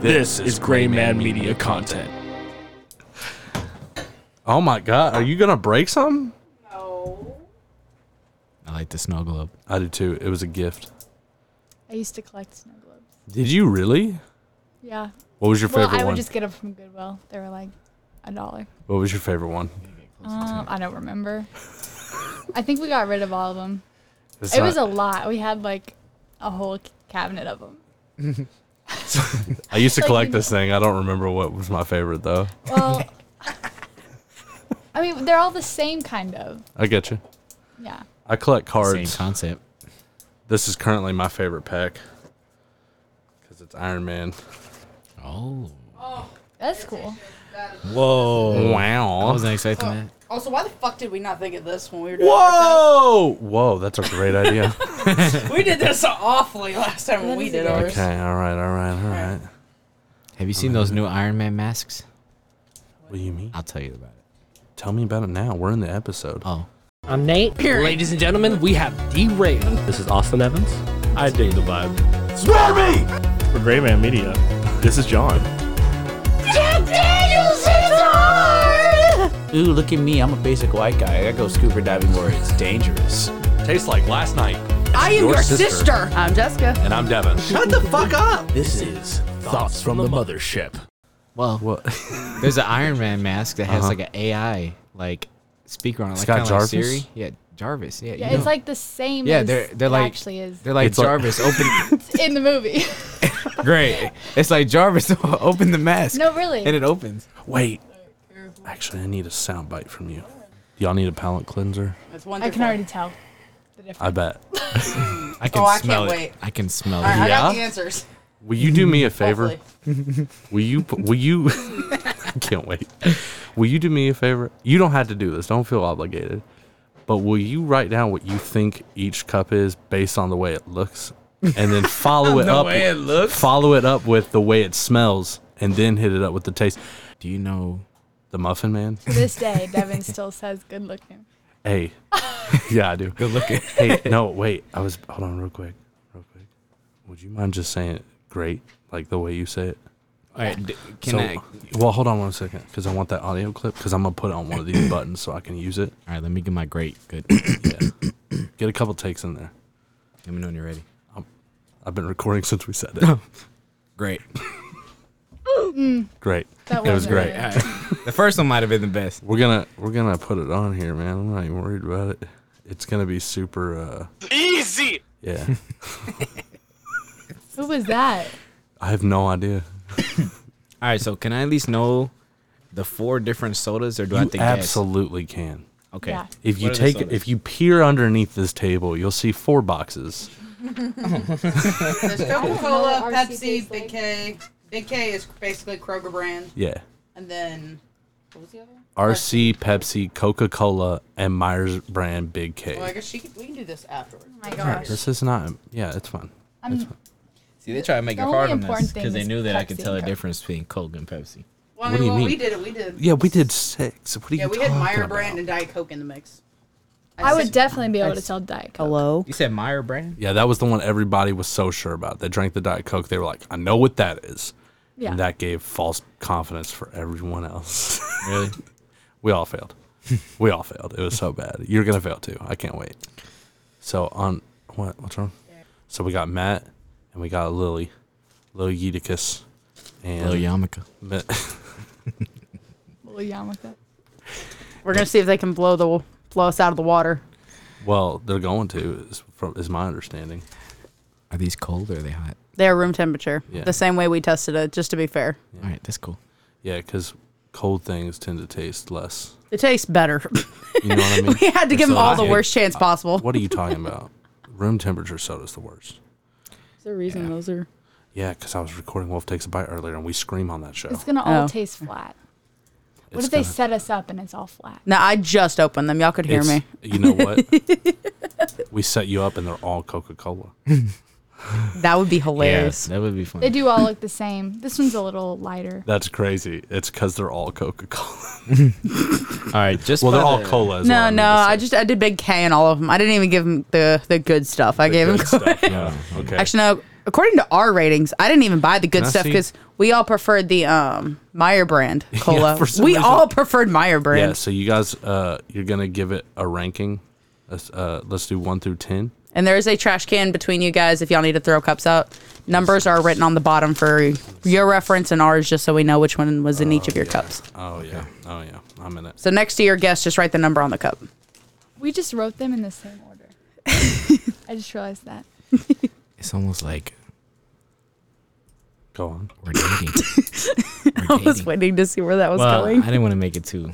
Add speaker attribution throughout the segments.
Speaker 1: This is Gray Man Media content.
Speaker 2: Oh my god, are you gonna break something?
Speaker 3: Oh.
Speaker 4: I like the snow globe.
Speaker 2: I did too. It was a gift.
Speaker 3: I used to collect snow globes.
Speaker 2: Did you really?
Speaker 3: Yeah.
Speaker 2: What was your
Speaker 3: Well,
Speaker 2: favorite
Speaker 3: I would
Speaker 2: one?
Speaker 3: just get them from Goodwill. They were like a dollar.
Speaker 2: What was your favorite one?
Speaker 3: Um, I don't remember. I think we got rid of all of them.
Speaker 2: It's
Speaker 3: It was a
Speaker 2: not-
Speaker 3: lot. We had like a whole c- cabinet of them.
Speaker 2: I used to
Speaker 3: like,
Speaker 2: collect
Speaker 3: you
Speaker 2: this thing. I don't remember what was my favorite though.
Speaker 3: Well, I mean, they're all the same kind of.
Speaker 2: I get you.
Speaker 3: Yeah.
Speaker 2: I collect
Speaker 4: Same
Speaker 2: cards.
Speaker 4: concept.
Speaker 2: This is currently my favorite pack because it's Iron Man.
Speaker 4: Oh.
Speaker 3: That's cool.
Speaker 4: Whoa. I
Speaker 2: Wow.
Speaker 4: wasn't expecting that.
Speaker 5: Also, why the fuck did we not think of this when we were doing ours?
Speaker 2: Whoa! Whoa, that's a great idea.
Speaker 5: We did this awfully last time when we did ours.
Speaker 2: okay, all right, all right, all right.
Speaker 4: Have you seen those new Iron Man masks?
Speaker 2: What do you mean?
Speaker 4: I'll tell you about it.
Speaker 2: Tell me about it now. We're in the episode.
Speaker 4: Oh.
Speaker 6: I'm Nate. Ladies and gentlemen, we have D Ray. This is Austin Evans.
Speaker 1: I dig the vibe. Swear me! For Gray Man Media, this is John.
Speaker 7: Ooh, look at me. I'm a basic white guy. I go scuba diving where it's dangerous.
Speaker 1: Tastes like last night.
Speaker 5: I am
Speaker 1: Your
Speaker 5: your
Speaker 1: sister.
Speaker 5: sister. I'm Jessica.
Speaker 1: And I'm Devin.
Speaker 7: Shut the fuck up.
Speaker 1: This is Thoughts from the Mothership.
Speaker 4: Well,
Speaker 2: What?
Speaker 4: there's an Iron Man mask that has
Speaker 2: Uh-huh.
Speaker 4: like an AI like speaker on it, like
Speaker 2: got
Speaker 4: kind of like
Speaker 2: Jarvis?
Speaker 4: Siri. Yeah, Jarvis. Yeah, you
Speaker 3: Yeah,
Speaker 4: know.
Speaker 3: it's like the same.
Speaker 4: Yeah,
Speaker 3: as
Speaker 4: they're- they're
Speaker 3: it
Speaker 4: like-
Speaker 3: actually is
Speaker 4: they're like
Speaker 2: It's like-
Speaker 4: Jarvis. open.
Speaker 3: in the movie.
Speaker 4: Great. It's like Jarvis. open the mask.
Speaker 3: no, really.
Speaker 4: And it opens.
Speaker 2: Wait. Actually, I need a sound bite from you. Y'all need a palate cleanser?
Speaker 5: That's
Speaker 3: I
Speaker 5: wonderful.
Speaker 3: can already tell the
Speaker 2: I
Speaker 3: difference.
Speaker 2: bet.
Speaker 4: I can
Speaker 5: Oh, I can't
Speaker 4: smell it.
Speaker 5: wait.
Speaker 4: I can smell
Speaker 5: All right, I
Speaker 4: it.
Speaker 5: got
Speaker 2: Yeah?
Speaker 5: the answers.
Speaker 2: Will you do me a favor?
Speaker 5: Hopefully.
Speaker 2: Will you? pu- Will you? I can't wait. Will you do me a favor? You don't have to do this. Don't feel obligated. But will you write down what you think each cup is based on the way it looks, and then follow it up?
Speaker 4: way it looks?
Speaker 2: Follow it up with the way it smells, and then hit it up with the taste.
Speaker 4: Do you know?
Speaker 2: The muffin man.
Speaker 3: To this day, Devin still says good looking.
Speaker 2: Hey. yeah, I do. Good looking. hey, no, wait. I was hold on real quick. Real quick. Would you mind just saying it great? Like the way you say it?
Speaker 4: All right. d- Can
Speaker 2: so,
Speaker 4: I?
Speaker 2: Well, hold on one second, because I want that audio clip, because I'm gonna put it on one of these buttons so I can use it.
Speaker 4: All right. Let me get my great. Good. Let
Speaker 2: Yeah. Get a couple takes in there.
Speaker 4: me know when you're ready.
Speaker 2: I've been recording since we said that.
Speaker 4: Great.
Speaker 2: great.
Speaker 3: That
Speaker 2: It was
Speaker 3: wasn't
Speaker 2: great.
Speaker 3: really-
Speaker 4: The first one might have been the best.
Speaker 2: We're gonna we're gonna put it on here, man. I'm not even worried about it. It's gonna be super. uh Easy. Yeah.
Speaker 3: Who was that?
Speaker 2: I have no idea.
Speaker 4: All right. So can I at least know the four different sodas, or do I
Speaker 2: You
Speaker 4: have to
Speaker 2: absolutely can.
Speaker 4: guess? Okay.
Speaker 3: Yeah.
Speaker 2: If you
Speaker 4: What are the
Speaker 2: take
Speaker 4: sodas?
Speaker 2: if you peer underneath this table, you'll see four boxes.
Speaker 5: There's
Speaker 3: I
Speaker 5: Coca-Cola,
Speaker 3: don't know what RC
Speaker 5: Pepsi,
Speaker 3: tastes like.
Speaker 5: Big K. Big K is basically Kroger brand,
Speaker 2: Yeah.
Speaker 5: and then what was the other? one?
Speaker 2: RC, Pepsi, Coca Cola, and Myers brand Big K.
Speaker 5: Well, I guess she could, we can do this afterwards.
Speaker 3: Oh my gosh.
Speaker 2: This is not. Yeah, it's fun.
Speaker 3: I'm,
Speaker 4: See, they try to make
Speaker 3: The
Speaker 4: it
Speaker 3: only
Speaker 4: hard on
Speaker 3: important
Speaker 4: us
Speaker 3: thing
Speaker 4: because they
Speaker 3: is
Speaker 4: knew that I could
Speaker 3: Pepsi
Speaker 4: tell the
Speaker 3: and Coke.
Speaker 4: difference between Coke and Pepsi.
Speaker 5: Well, I
Speaker 2: What
Speaker 5: mean,
Speaker 2: do you
Speaker 5: when
Speaker 2: mean?
Speaker 5: we did it, we did.
Speaker 2: Yeah, we did six. What are you?
Speaker 5: Yeah, we had Meyer
Speaker 2: talking
Speaker 5: brand
Speaker 2: about?
Speaker 5: and Diet Coke in the mix.
Speaker 3: I would
Speaker 5: said-
Speaker 3: definitely be able to tell Diet Coke.
Speaker 8: Hello.
Speaker 4: You said Meyer brand?
Speaker 2: Yeah, that was the one everybody was so sure about. They drank the diet coke. They were like, "I know what that is,"
Speaker 3: Yeah.
Speaker 2: and that gave false confidence for everyone else.
Speaker 4: Really?
Speaker 2: we all failed. we all failed. It was so bad. You're gonna fail too. I can't wait. So on what? What's wrong? So we got Matt and we got Lily, Lily Eutychus, and
Speaker 4: Little Yamaka.
Speaker 2: Ma-
Speaker 3: Well, yeah, I'm with that.
Speaker 8: We're gonna see if they can blow the blow us out of the water.
Speaker 2: well, they're going to is from is my understanding.
Speaker 4: Are these cold or are they hot?
Speaker 8: They're room temperature,
Speaker 2: Yeah.
Speaker 8: the same way we tested it. Just to be fair,
Speaker 4: All right. That's cool.
Speaker 2: Yeah, because cold things tend to taste less.
Speaker 8: it tastes better.
Speaker 2: You know what I mean?
Speaker 8: we had to give them
Speaker 2: So
Speaker 8: all the
Speaker 2: I-
Speaker 8: worst chance possible.
Speaker 2: uh, What are you talking about? Room temperature soda's the worst.
Speaker 8: Is there a reason those are?
Speaker 2: Yeah, because I was recording Wolf Takes a Bite earlier and we scream on that show.
Speaker 3: It's gonna all
Speaker 8: Oh.
Speaker 3: taste flat. What
Speaker 2: It's
Speaker 3: if they
Speaker 2: gonna-
Speaker 3: set us up and it's all flat?
Speaker 8: No, I just opened them. Y'all could hear
Speaker 2: it's-
Speaker 8: me.
Speaker 2: You know what? we set you up and they're all Coca Cola.
Speaker 8: That would be hilarious.
Speaker 4: that would be fun.
Speaker 3: They do all look the same. This one's a little lighter.
Speaker 2: That's crazy. It's because they're all Coca Cola.
Speaker 4: All right. Just
Speaker 2: Well,
Speaker 4: by
Speaker 2: they're all
Speaker 4: the-
Speaker 2: cola. Is
Speaker 8: No, no, I just I did big K in all of them. I didn't even give them the the good stuff. I gave them.
Speaker 2: stuff. Yeah. Okay.
Speaker 8: Actually, no. According to our ratings, I didn't even buy the good
Speaker 2: I
Speaker 8: stuff
Speaker 2: see.
Speaker 8: because we all preferred the um Meyer brand cola.
Speaker 2: for some
Speaker 8: we
Speaker 2: reason-
Speaker 8: all preferred Meyer brand.
Speaker 2: Yeah, so you guys, uh, you're gonna give it a ranking. Let's uh, let's do one through ten.
Speaker 8: And there is a trash can between you guys if y'all need to throw cups out. Numbers are written on the bottom for your reference and ours, just so we know which one was in each of your cups.
Speaker 2: Oh yeah, oh yeah, I'm in it.
Speaker 8: So next to your guess, just write the number on the cup.
Speaker 3: We just wrote them in the same order. I just realized that.
Speaker 4: It's almost like
Speaker 2: Go on.
Speaker 4: we're dating.
Speaker 8: I
Speaker 4: we're
Speaker 8: was
Speaker 4: dating.
Speaker 8: waiting to see where that was
Speaker 4: Well, I
Speaker 8: going.
Speaker 4: didn't want to make it too.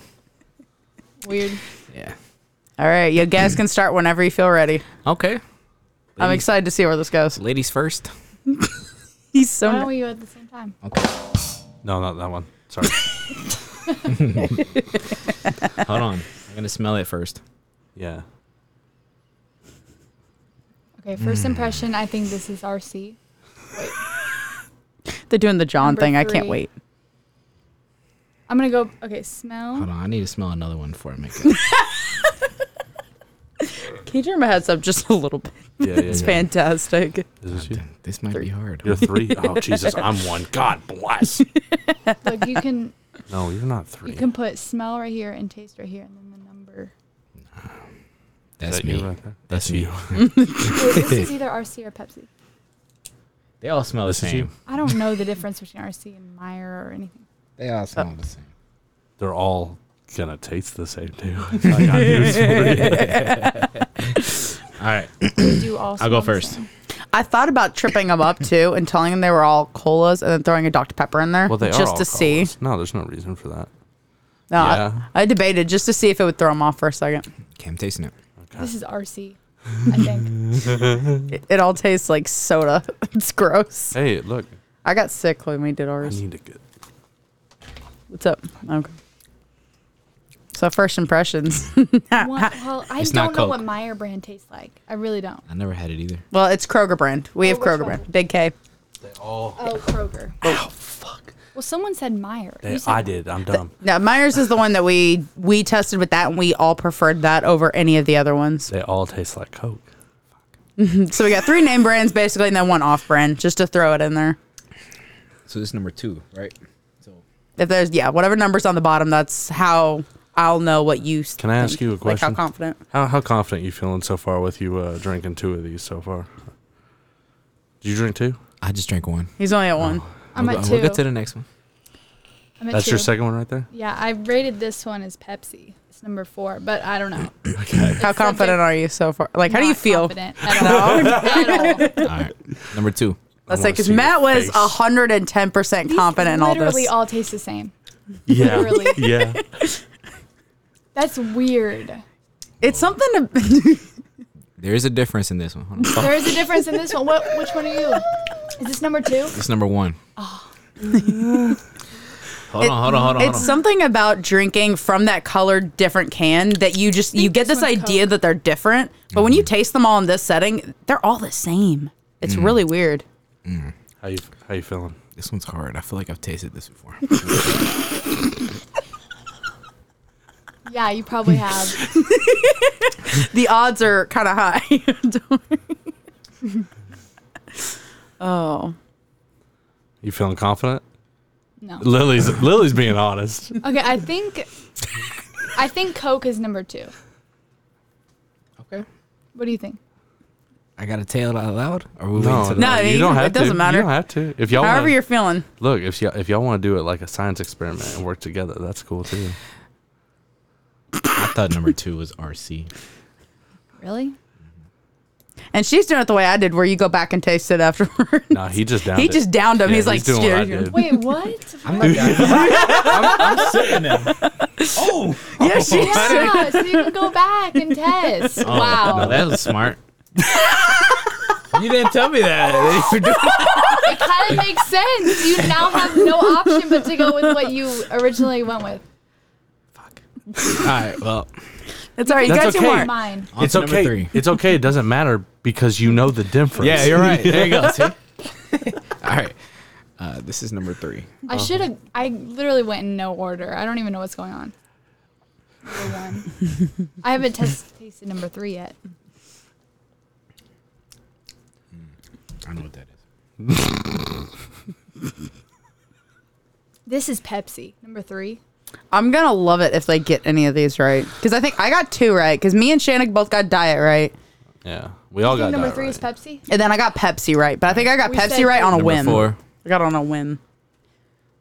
Speaker 3: Weird.
Speaker 4: Yeah.
Speaker 8: All right, you guys can start whenever you feel ready.
Speaker 4: Okay.
Speaker 8: I'm
Speaker 4: Ladies-
Speaker 8: excited to see where this goes.
Speaker 4: Ladies first.
Speaker 8: He's
Speaker 3: Why
Speaker 8: so.
Speaker 3: don't we go at the same time?
Speaker 2: No, not that one. Sorry.
Speaker 4: Hold on. I'm gonna smell it first.
Speaker 2: yeah.
Speaker 3: Okay,
Speaker 2: Hmm.
Speaker 3: first impression, I think this is RC. Wait,
Speaker 8: They're doing the John
Speaker 3: Number
Speaker 8: thing. I can't
Speaker 3: three.
Speaker 8: wait.
Speaker 3: I'm gonna go. Okay,
Speaker 4: Hold
Speaker 3: smell.
Speaker 4: on. I need to smell another one before I make it.
Speaker 8: Can you turn my heads up just a little bit?
Speaker 2: Yeah, yeah,
Speaker 8: It's
Speaker 2: yeah.
Speaker 8: fantastic.
Speaker 2: Is this you?
Speaker 4: Damn, this might be hard.
Speaker 2: You're three. Oh Jesus, I'm one. God bless.
Speaker 3: Look, you can
Speaker 2: No, you're not
Speaker 3: you
Speaker 2: three.
Speaker 3: can put smell right here and taste right here, and then the number.
Speaker 4: That's
Speaker 2: that you
Speaker 4: me.
Speaker 2: right there?
Speaker 4: That's
Speaker 2: That's you.
Speaker 4: me.
Speaker 3: Wait, this is either RC or Pepsi.
Speaker 4: They all smell the
Speaker 2: This is you.
Speaker 4: same.
Speaker 3: I don't know the difference between RC and Meyer or anything.
Speaker 4: They all smell the same.
Speaker 2: They're all gonna taste the same too. I got news for you.
Speaker 4: All right.
Speaker 3: They do all.
Speaker 4: I'll
Speaker 3: smell
Speaker 4: go
Speaker 3: the
Speaker 4: first.
Speaker 3: same.
Speaker 8: I thought about tripping them up too and telling them they were all colas and then throwing a Dr. Pepper in there
Speaker 2: Well, they are
Speaker 8: just
Speaker 2: all
Speaker 8: to see.
Speaker 2: colors. No, there's no reason for that.
Speaker 8: No, I-
Speaker 2: Yeah.
Speaker 8: I, debated just to see if it would throw them off for a second.
Speaker 4: Okay, I'm tasting it.
Speaker 3: This is RC. I think.
Speaker 8: It, it all tastes like soda. it's gross.
Speaker 2: Hey, look,
Speaker 8: I got sick when we did
Speaker 2: I
Speaker 8: ours.
Speaker 2: need to get.
Speaker 8: What's up? Okay. So first impressions.
Speaker 3: One- well, I
Speaker 4: It's
Speaker 3: don't
Speaker 4: not
Speaker 3: know what
Speaker 4: Coke.
Speaker 3: Meyer brand tastes like. I really don't.
Speaker 4: I never had it either.
Speaker 8: well, it's Kroger brand. We have
Speaker 3: Oh, which
Speaker 8: Kroger
Speaker 3: one?
Speaker 8: brand. Big K.
Speaker 3: Oh, Kroger. Oh, fuck. Well, someone said Meyer. You
Speaker 2: Hey,
Speaker 3: said
Speaker 2: I did. I'm dumb.
Speaker 8: Now Myers is the one that we we tested with that, and we all preferred that over any of the other ones.
Speaker 2: They all taste like Coke.
Speaker 8: So we got three name brands basically, and then one off brand, just to throw it in there.
Speaker 4: So this is number two, right? So
Speaker 8: If there's yeah, whatever numbers on the bottom, that's how I'll know what you. s-
Speaker 2: Can I ask
Speaker 8: think.
Speaker 2: you a
Speaker 8: Like
Speaker 2: question?
Speaker 8: how confident?
Speaker 2: How how confident you feeling so far with you uh, drinking two of these so far? Did you drink two?
Speaker 4: I just drank one.
Speaker 8: He's only at one.
Speaker 3: I'm
Speaker 4: we'll,
Speaker 3: at
Speaker 4: go- we'll get
Speaker 3: two.
Speaker 4: to the next one.
Speaker 3: I'm at
Speaker 2: That's your
Speaker 3: two.
Speaker 2: second one right there.
Speaker 3: Yeah, I rated this one as Pepsi. It's number four, but I don't know.
Speaker 8: How confident are you so far? Like, how do you
Speaker 3: Not
Speaker 8: feel?
Speaker 3: Confident at all. At all.
Speaker 4: All right. Number two.
Speaker 8: Let's
Speaker 2: I
Speaker 8: say
Speaker 2: wanna
Speaker 8: because
Speaker 2: see your
Speaker 8: Matt was
Speaker 2: face.
Speaker 8: hundred and ten percent
Speaker 3: These
Speaker 8: confident in all this.
Speaker 3: Literally all taste the same.
Speaker 2: Yeah,
Speaker 3: Literally.
Speaker 2: yeah.
Speaker 3: That's weird.
Speaker 8: it's something to.
Speaker 4: There is a difference in this one. Hold on.
Speaker 3: There is a difference in this one. What? Which one are you? Is this number two?
Speaker 4: It's number one. hold on, hold on, hold on, hold
Speaker 8: it's
Speaker 4: on.
Speaker 8: something about drinking from that colored different can that you just you get
Speaker 3: this
Speaker 8: this
Speaker 3: one's
Speaker 8: idea
Speaker 3: Coke.
Speaker 8: that they're different, but when you
Speaker 2: Mm-hmm.
Speaker 8: taste them all in this setting, they're all the same. It's
Speaker 2: Mm.
Speaker 8: really weird.
Speaker 2: How you how you feeling?
Speaker 4: This one's hard. I feel like I've tasted this before.
Speaker 3: Yeah, you probably have.
Speaker 8: The odds are kind of high. oh,
Speaker 2: You feeling confident?
Speaker 3: No.
Speaker 2: Lily's Lily's being honest.
Speaker 3: Okay, I think. I think Coke is number two.
Speaker 4: okay.
Speaker 3: What do you think?
Speaker 4: I gotta tell it out loud, or we wait
Speaker 2: No,
Speaker 4: until
Speaker 2: no,
Speaker 8: I mean,
Speaker 2: you don't
Speaker 8: it
Speaker 2: have to.
Speaker 8: doesn't matter.
Speaker 2: You don't have to. If y'all
Speaker 8: however
Speaker 2: wanna,
Speaker 8: you're feeling.
Speaker 2: look, if y'all if y'all want to do it like a science experiment and work together, that's cool too.
Speaker 4: I thought number two was RC.
Speaker 3: Really?
Speaker 8: And she's doing it the way I did, where you go back and taste it afterward.
Speaker 2: No, he just downed
Speaker 8: he
Speaker 2: it.
Speaker 8: just downed him.
Speaker 2: Yeah,
Speaker 8: he's like,
Speaker 2: doing what I
Speaker 8: "Dude,
Speaker 2: did.
Speaker 3: Wait, what?
Speaker 4: I'm, I'm sitting there.
Speaker 5: Oh,
Speaker 8: yeah, she's
Speaker 3: yeah, so you can go back and test.
Speaker 2: Oh.
Speaker 3: wow.
Speaker 4: no, that was smart. you didn't tell me that. You were doing-
Speaker 3: It kind of makes sense. You now have no option but to go with what you originally went with.
Speaker 4: All right, well,
Speaker 8: it's all right. You
Speaker 2: That's
Speaker 8: got two
Speaker 2: okay.
Speaker 8: more.
Speaker 3: Mine.
Speaker 4: on
Speaker 2: it's
Speaker 4: to number
Speaker 2: okay.
Speaker 4: three.
Speaker 2: It's okay. It doesn't matter because you know the difference.
Speaker 4: Yeah, you're right. There you go. See? All right. Uh, this is number three.
Speaker 2: Oh.
Speaker 3: I should have. I literally went in no order. I don't even know what's going on. Number one. I haven't test, tasted number three yet.
Speaker 4: I know what that is.
Speaker 3: This is Pepsi, number three.
Speaker 8: I'm gonna love it if they get any of these right. Because I think I got two right. Because me and Shannon both got diet right,
Speaker 2: Yeah, we all
Speaker 3: I
Speaker 2: got
Speaker 3: think number
Speaker 2: that
Speaker 3: three
Speaker 2: right.
Speaker 3: is Pepsi.
Speaker 8: and then I got Pepsi right. But I think I got
Speaker 3: We
Speaker 8: Pepsi
Speaker 3: said-
Speaker 8: right on a
Speaker 4: Number
Speaker 8: whim.
Speaker 4: four.
Speaker 8: I got on a whim.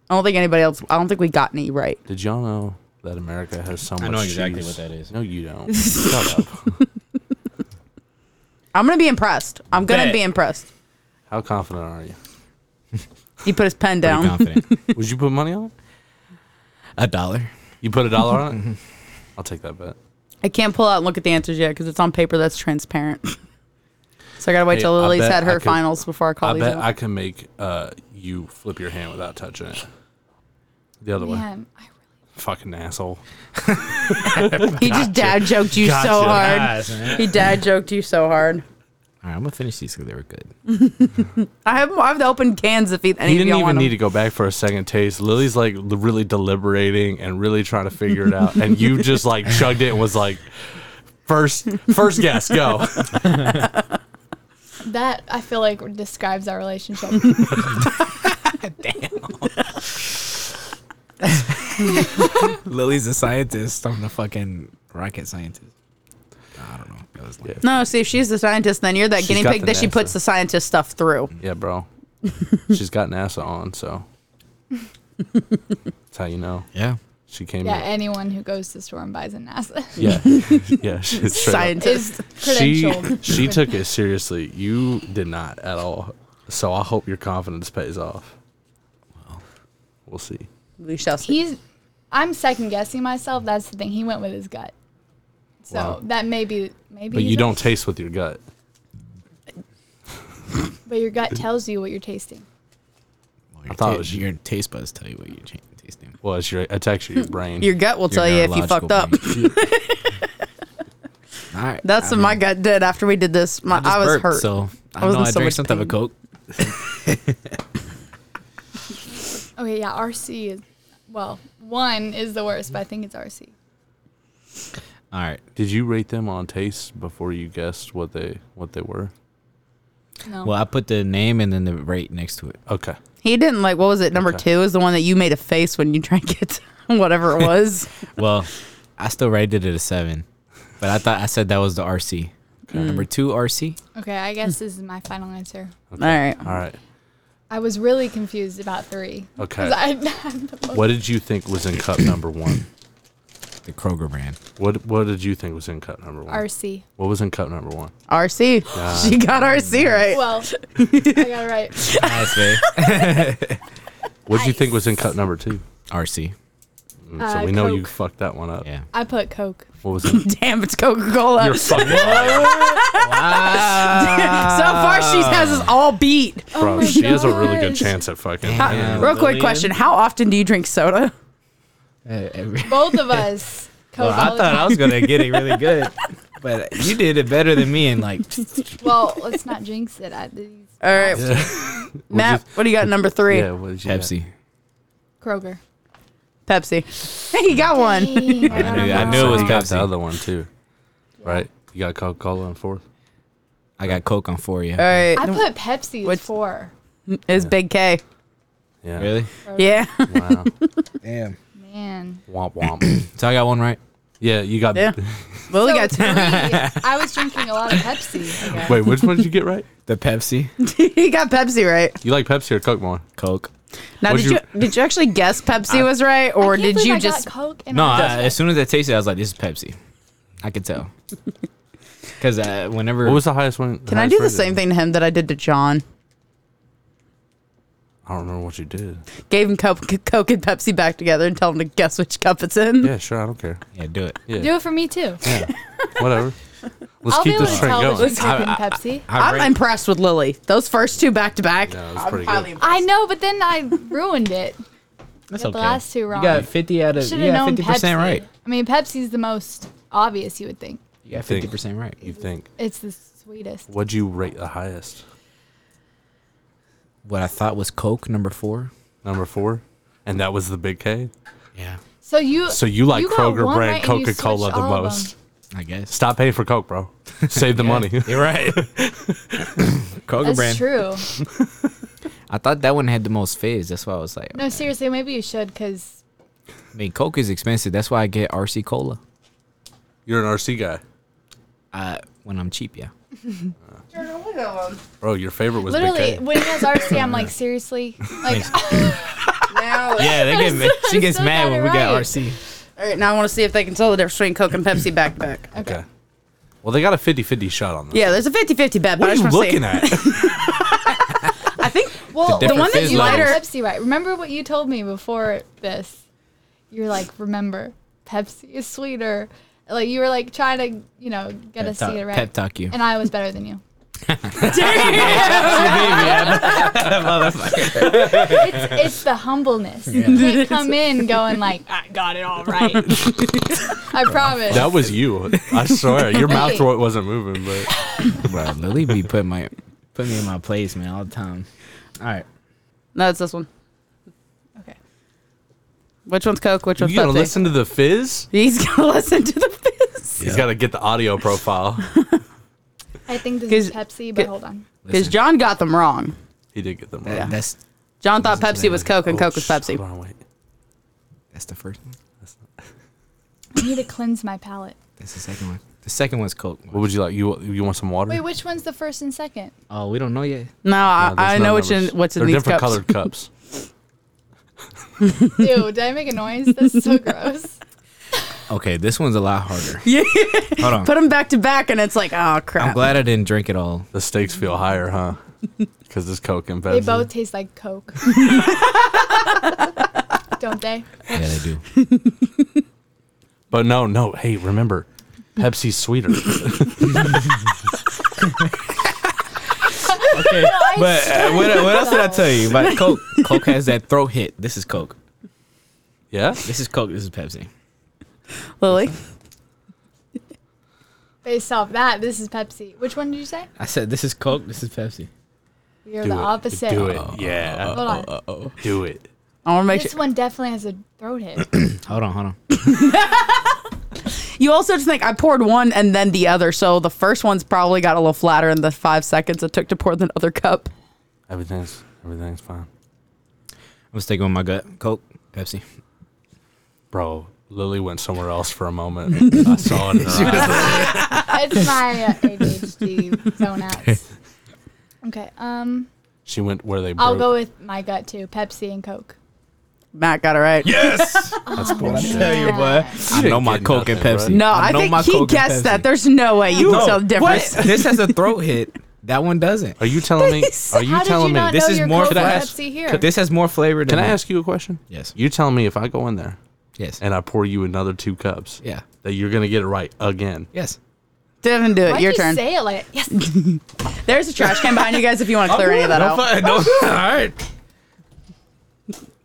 Speaker 8: I don't think anybody else. I don't think we got any right.
Speaker 2: Did y'all know that America has so much?
Speaker 4: know exactly
Speaker 2: cheese?
Speaker 4: what that is.
Speaker 2: No, you don't. Shut up.
Speaker 8: I'm gonna be impressed. I'm gonna
Speaker 4: Bet.
Speaker 8: be impressed.
Speaker 2: How confident are you?
Speaker 8: He put his
Speaker 4: Pretty
Speaker 8: pen down.
Speaker 4: confident.
Speaker 2: Would you put money on it?
Speaker 4: A dollar.
Speaker 2: You put a dollar on it? I'll take that bet.
Speaker 8: I can't pull out and look at the answers yet because it's on paper that's transparent. so I gotta wait
Speaker 2: Hey,
Speaker 8: till
Speaker 2: I
Speaker 8: Lily's
Speaker 2: bet
Speaker 8: had her
Speaker 2: I could-
Speaker 8: finals before I call
Speaker 2: I
Speaker 8: these
Speaker 2: bet
Speaker 8: out.
Speaker 2: I can make uh, you flip your hand without touching it. The other way.
Speaker 3: Man, I
Speaker 2: Fucking asshole.
Speaker 8: he just dad joked you so hard. He dad joked you so hard.
Speaker 4: All right, I'm gonna finish these because they were good.
Speaker 8: I have I have the open cans if he, any
Speaker 2: He
Speaker 8: of
Speaker 2: didn't
Speaker 8: y'all
Speaker 2: even
Speaker 8: want
Speaker 2: need
Speaker 8: them.
Speaker 2: to go back for a second taste. Lily's like l- really deliberating and really trying to figure it out, and you just like chugged it and was like, first, first guess, go.
Speaker 3: That I feel like describes our relationship.
Speaker 4: Lily's a scientist. I'm the fucking rocket scientist. I don't know. That was like,
Speaker 8: No, see if she's the scientist, then you're that
Speaker 2: She's
Speaker 8: guinea
Speaker 2: got
Speaker 8: pig
Speaker 2: the
Speaker 8: that she
Speaker 2: NASA.
Speaker 8: puts the scientist stuff through.
Speaker 2: Yeah, bro. She's got NASA on, so that's how you know
Speaker 4: yeah.
Speaker 2: she came.
Speaker 3: yeah,
Speaker 2: Yeah,
Speaker 3: anyone who goes to store and buys a NASA
Speaker 2: yeah, yeah. She's straight up.
Speaker 8: Scientist.
Speaker 3: is credentialed.
Speaker 2: She she took it seriously. You did not at all. So I hope your confidence pays off. We'll see.
Speaker 8: We shall see.
Speaker 3: He's. I'm second guessing myself. That's the thing. He went with his gut. So
Speaker 2: Wow.
Speaker 3: that may be maybe.
Speaker 2: But
Speaker 3: he's
Speaker 2: you
Speaker 3: right.
Speaker 2: don't taste with your gut.
Speaker 3: But your gut tells you what you're tasting.
Speaker 4: Well, your,
Speaker 2: thought it
Speaker 4: ta-
Speaker 2: was-
Speaker 4: your taste buds tell you what you're cha- tasting.
Speaker 2: Well, it's your it's actually your brain.
Speaker 8: Your gut will
Speaker 4: Your
Speaker 8: tell you if you
Speaker 4: neurological
Speaker 8: fucked up.
Speaker 4: brain. All right.
Speaker 8: That's
Speaker 4: I
Speaker 8: what my
Speaker 4: mean,
Speaker 8: gut did after we did this. My, I,
Speaker 4: just
Speaker 8: was
Speaker 4: burped,
Speaker 8: hurt.
Speaker 4: So I,
Speaker 8: I was
Speaker 4: know
Speaker 8: in
Speaker 4: I
Speaker 8: so
Speaker 4: drank
Speaker 8: much
Speaker 4: some type
Speaker 8: pain.
Speaker 4: of coke.
Speaker 3: Okay, yeah, RC is. Well, one is the worst, but I think it's RC.
Speaker 4: All right.
Speaker 2: Did you rate them on taste before you guessed what they what they were?
Speaker 8: Oh.
Speaker 3: No.
Speaker 4: Well, I put the name and then the rate next to it.
Speaker 2: Okay.
Speaker 8: He didn't like. What was it? Number
Speaker 2: Okay.
Speaker 8: two is the one that you made a face when you drank it, whatever it was.
Speaker 4: Well, I still rated it a seven, but I thought I said that was the RC. Number two RC.
Speaker 3: Okay, I guess this is my final answer.
Speaker 8: All right.
Speaker 2: All right.
Speaker 3: I was really confused about three. 'Cause
Speaker 2: Okay.
Speaker 3: I had the most-
Speaker 2: what did you think was in cup number one?
Speaker 4: The Kroger brand.
Speaker 2: What what did you think was in cup number one?
Speaker 3: RC.
Speaker 2: What was in cup number one?
Speaker 8: RC. She got RC right.
Speaker 3: Well, I got it right.
Speaker 4: Nice, babe.
Speaker 2: What did you think was in cup number two?
Speaker 4: RC.
Speaker 2: Mm,
Speaker 3: Uh,
Speaker 2: so we know you
Speaker 3: Coke.
Speaker 2: fucked that one up.
Speaker 4: Yeah.
Speaker 3: I put Coke.
Speaker 2: What was it?
Speaker 8: Damn, it's Coca Cola.
Speaker 2: You're
Speaker 8: So
Speaker 2: fucking
Speaker 8: far, she has us all beat.
Speaker 2: Bro,
Speaker 3: Oh my
Speaker 2: she has a really good
Speaker 3: gosh. Uh,
Speaker 2: chance at fucking.
Speaker 8: How-
Speaker 4: Yeah,
Speaker 8: real quick
Speaker 4: Lillian.
Speaker 8: question: How often do you drink soda?
Speaker 3: Both of us. Coke.
Speaker 4: Well, I
Speaker 3: all the
Speaker 4: thought I was gonna get it really good, but you did it better than me. And like,
Speaker 3: time. Well, let's not jinx it. I, these-
Speaker 8: All right, Matt, what do you got? Number three,
Speaker 2: Yeah, what did you
Speaker 4: Pepsi.
Speaker 3: Kroger.
Speaker 8: Pepsi. Hey, you got one.
Speaker 3: Dang, I,
Speaker 4: knew- I
Speaker 3: know.
Speaker 4: knew it was
Speaker 2: You got
Speaker 4: Pepsi.
Speaker 2: the other one too, right? You got Coca Cola on fourth.
Speaker 4: I got Coke on four.
Speaker 8: All
Speaker 4: Yeah.
Speaker 8: right,
Speaker 3: I put Pepsi as
Speaker 8: What's-
Speaker 3: four.
Speaker 8: it's Big K.
Speaker 2: Yeah.
Speaker 4: Really?
Speaker 8: Yeah,
Speaker 2: Wow.
Speaker 4: Damn.
Speaker 3: Man.
Speaker 2: womp womp.
Speaker 4: So I got one right.
Speaker 2: Yeah, you got.
Speaker 8: yeah. Lily
Speaker 3: So
Speaker 8: got
Speaker 3: three,
Speaker 8: two.
Speaker 3: I was drinking a lot of Pepsi. I guess.
Speaker 2: Wait, which one did you get right?
Speaker 4: The Pepsi.
Speaker 8: he got Pepsi right.
Speaker 2: You like Pepsi or Coke more?
Speaker 4: Coke.
Speaker 8: Now,
Speaker 2: What'd
Speaker 8: did you, did you actually guess Pepsi was right, or
Speaker 3: I can't
Speaker 8: did
Speaker 3: believe
Speaker 8: you
Speaker 3: I got
Speaker 8: just?
Speaker 3: Coke and
Speaker 4: No,
Speaker 3: I
Speaker 4: I, as soon as I tasted, it, I was like, "This is Pepsi." I could tell. Because uh, whenever
Speaker 2: What was the highest one?
Speaker 8: Can I do the same thing to him that I did to John?
Speaker 2: I don't remember what you did.
Speaker 8: Gave him Coke, Coke and Pepsi back together and tell him to guess which cup it's in.
Speaker 2: Yeah, sure. I don't care.
Speaker 4: yeah, do it.
Speaker 2: Yeah,
Speaker 3: do it for me too.
Speaker 2: whatever. Let's
Speaker 3: I'll be
Speaker 2: keep
Speaker 3: able
Speaker 2: this
Speaker 3: to
Speaker 2: train
Speaker 3: tell
Speaker 2: going.
Speaker 3: between Coke and Pepsi.
Speaker 8: I'm impressed with Lily. Those first two back to back.
Speaker 2: Yeah, that's pretty good.
Speaker 3: I know, but then I ruined it.
Speaker 4: That's
Speaker 3: Got the last two wrong.
Speaker 4: You got fifty out of
Speaker 3: Should
Speaker 4: you
Speaker 3: have
Speaker 4: got
Speaker 3: known
Speaker 4: fifty
Speaker 3: Pepsi.
Speaker 4: percent right.
Speaker 3: I mean, Pepsi's the most obvious. You would think
Speaker 4: You got
Speaker 2: Think.
Speaker 4: fifty percent right.
Speaker 2: You think?
Speaker 3: it's the sweetest.
Speaker 2: What'd you rate the highest?
Speaker 4: What I thought was Coke number four.
Speaker 2: Number four, and that was the Big K.
Speaker 4: Yeah,
Speaker 3: So you.
Speaker 2: So you like
Speaker 3: got
Speaker 2: Kroger
Speaker 3: one
Speaker 2: brand
Speaker 3: right and you
Speaker 2: Coca Cola
Speaker 3: switched
Speaker 2: the
Speaker 3: all of
Speaker 2: most?
Speaker 3: them.
Speaker 4: I guess.
Speaker 2: Stop paying for Coke, bro. Save the money.
Speaker 4: You're right. Kroger
Speaker 3: That's
Speaker 4: brand.
Speaker 3: true.
Speaker 4: I thought that one had the most fizz. That's why I was like,
Speaker 3: No, seriously, maybe you should because
Speaker 4: I mean, Coke is expensive. That's why I get RC Cola
Speaker 2: You're an RC guy,
Speaker 4: uh, when I'm cheap, yeah.
Speaker 2: bro. Your favorite was
Speaker 3: literally
Speaker 2: Big K.
Speaker 3: when he has RC, I'm like, seriously? Like,
Speaker 8: Now,
Speaker 4: Yeah, they get mad. she gets
Speaker 3: still
Speaker 4: mad
Speaker 3: got
Speaker 4: when
Speaker 3: it
Speaker 4: we got
Speaker 3: right.
Speaker 4: RC.
Speaker 8: all right, now I want to see if they can tell the difference between Coke and Pepsi back to back.
Speaker 2: Okay. Well, they got a 50-50 shot on this.
Speaker 8: Yeah, there's a 50-50 bet.
Speaker 2: What are
Speaker 8: but I
Speaker 2: you
Speaker 8: just wanna see.
Speaker 2: looking at?
Speaker 8: I think
Speaker 3: well,
Speaker 4: The
Speaker 3: the,
Speaker 4: different
Speaker 3: one that
Speaker 4: fizz
Speaker 3: you lighter
Speaker 4: levels.
Speaker 3: Pepsi, right? Remember what you told me before this? You're like, remember, Pepsi is sweeter. Like you were like trying to, you know, get us to
Speaker 4: talk-
Speaker 3: get it right.
Speaker 4: pep talk you.
Speaker 3: And I was better than you. It's, it's the humbleness. You can't come in going like, I got it all right. I promise.
Speaker 2: that was you. I swear, your mouth
Speaker 3: Hey.
Speaker 2: wasn't moving, but
Speaker 4: Bro, Lily be put my put me in my place, man, all the time. All right.
Speaker 8: no, it's this one.
Speaker 3: Okay.
Speaker 8: Which one's Coke? Which one's
Speaker 2: you gotta
Speaker 8: Pepsi?
Speaker 2: listen to the fizz.
Speaker 8: He's gonna listen to the fizz.
Speaker 2: He's gotta get the audio profile.
Speaker 3: I think this is
Speaker 8: 'Cause-
Speaker 3: Pepsi, but
Speaker 8: c-
Speaker 3: hold on.
Speaker 8: Because John got them wrong.
Speaker 2: He did get them.
Speaker 4: That-
Speaker 2: Right.
Speaker 4: That's
Speaker 8: John thought Pepsi was Coke and
Speaker 2: Oh,
Speaker 8: Coke was
Speaker 2: sh-
Speaker 8: Pepsi.
Speaker 2: Hold on, wait.
Speaker 4: that's the first one.
Speaker 3: I need to cleanse my palate.
Speaker 4: That's the second one. The second one's Coke.
Speaker 2: What would you like? You you want some water?
Speaker 3: Wait, which one's the first and second?
Speaker 4: Oh, we don't know yet.
Speaker 8: No, I,
Speaker 2: No, there's
Speaker 8: I
Speaker 2: no
Speaker 8: know what's in
Speaker 2: numbers.
Speaker 8: what's in
Speaker 2: They're
Speaker 8: these
Speaker 2: different
Speaker 8: cups.
Speaker 2: colored cups.
Speaker 3: Ew, did I make a noise? That's so gross.
Speaker 4: Okay, this one's a lot harder. yeah. Hold on.
Speaker 8: Put them back to back, and it's like, oh crap.
Speaker 4: I'm glad I didn't drink it all.
Speaker 2: The stakes feel higher, huh? Because it's Coke and
Speaker 3: They
Speaker 2: Pepsi.
Speaker 3: both taste like Coke. Don't they?
Speaker 4: Yeah, they do.
Speaker 2: But no, no. Hey, remember, Pepsi's sweeter.
Speaker 4: okay. But uh, what, what else did I tell you about Coke? Coke has that throat hit. This is Coke.
Speaker 2: yeah.
Speaker 4: This is Coke. This is Pepsi.
Speaker 8: Lily,
Speaker 3: Based off that, this is Pepsi. Which one did you say?
Speaker 4: I said this is Coke. This is Pepsi.
Speaker 3: You're
Speaker 2: Do
Speaker 3: the
Speaker 2: it.
Speaker 3: opposite.
Speaker 2: Do
Speaker 8: Oh.
Speaker 2: it. Uh, Yeah.
Speaker 3: Hold on.
Speaker 2: Do it.
Speaker 8: I want to make
Speaker 3: This
Speaker 8: sure.
Speaker 3: one definitely has a throat hit. Uh,
Speaker 4: Hold on, hold on.
Speaker 8: You also just think I poured one and then the other, so the first one's probably got a little flatter in the five seconds it took to pour the other cup.
Speaker 2: Everything's everything's fine,
Speaker 4: I'm sticking with my gut. Coke, Pepsi.
Speaker 2: bro. Lily went somewhere else for a moment. I saw it. In her eyes.
Speaker 3: it's my uh, ADHD zone out. Okay, um,
Speaker 2: She went where they.
Speaker 3: I'll
Speaker 2: broke.
Speaker 3: go with my gut too. Pepsi and Coke.
Speaker 8: Matt got it right.
Speaker 2: That's bullshit.
Speaker 4: Tell you what, I know
Speaker 2: didn't
Speaker 4: my
Speaker 2: get
Speaker 4: Coke and
Speaker 2: nothing,
Speaker 4: Pepsi.
Speaker 2: bro.
Speaker 8: No, I,
Speaker 4: know
Speaker 8: think
Speaker 4: my
Speaker 8: he
Speaker 4: Coke and
Speaker 8: guessed that.
Speaker 4: Pepsi.
Speaker 8: There's no way you can tell the difference.
Speaker 4: What? this has a throat hit. That one doesn't.
Speaker 2: Are you telling me? Are you
Speaker 3: How did you
Speaker 2: telling me?
Speaker 3: not
Speaker 4: this
Speaker 3: know
Speaker 4: is
Speaker 3: your
Speaker 4: more-
Speaker 3: Coke
Speaker 4: Could
Speaker 3: and
Speaker 4: I ask-
Speaker 3: Pepsi here?
Speaker 4: This has more flavor than
Speaker 2: Can I
Speaker 4: that.
Speaker 2: ask you a question?
Speaker 4: Yes.
Speaker 2: You telling me if I go in there
Speaker 4: Yes.
Speaker 2: and I pour you another two cups,
Speaker 4: Yeah.
Speaker 2: that you're gonna get it right again.
Speaker 4: Yes.
Speaker 8: Devin, do it.
Speaker 3: Why'd
Speaker 8: Your
Speaker 3: you
Speaker 8: turn.
Speaker 3: Say it like yes.
Speaker 8: There's a trash can behind you guys if you want to clear any of that out.
Speaker 4: All right.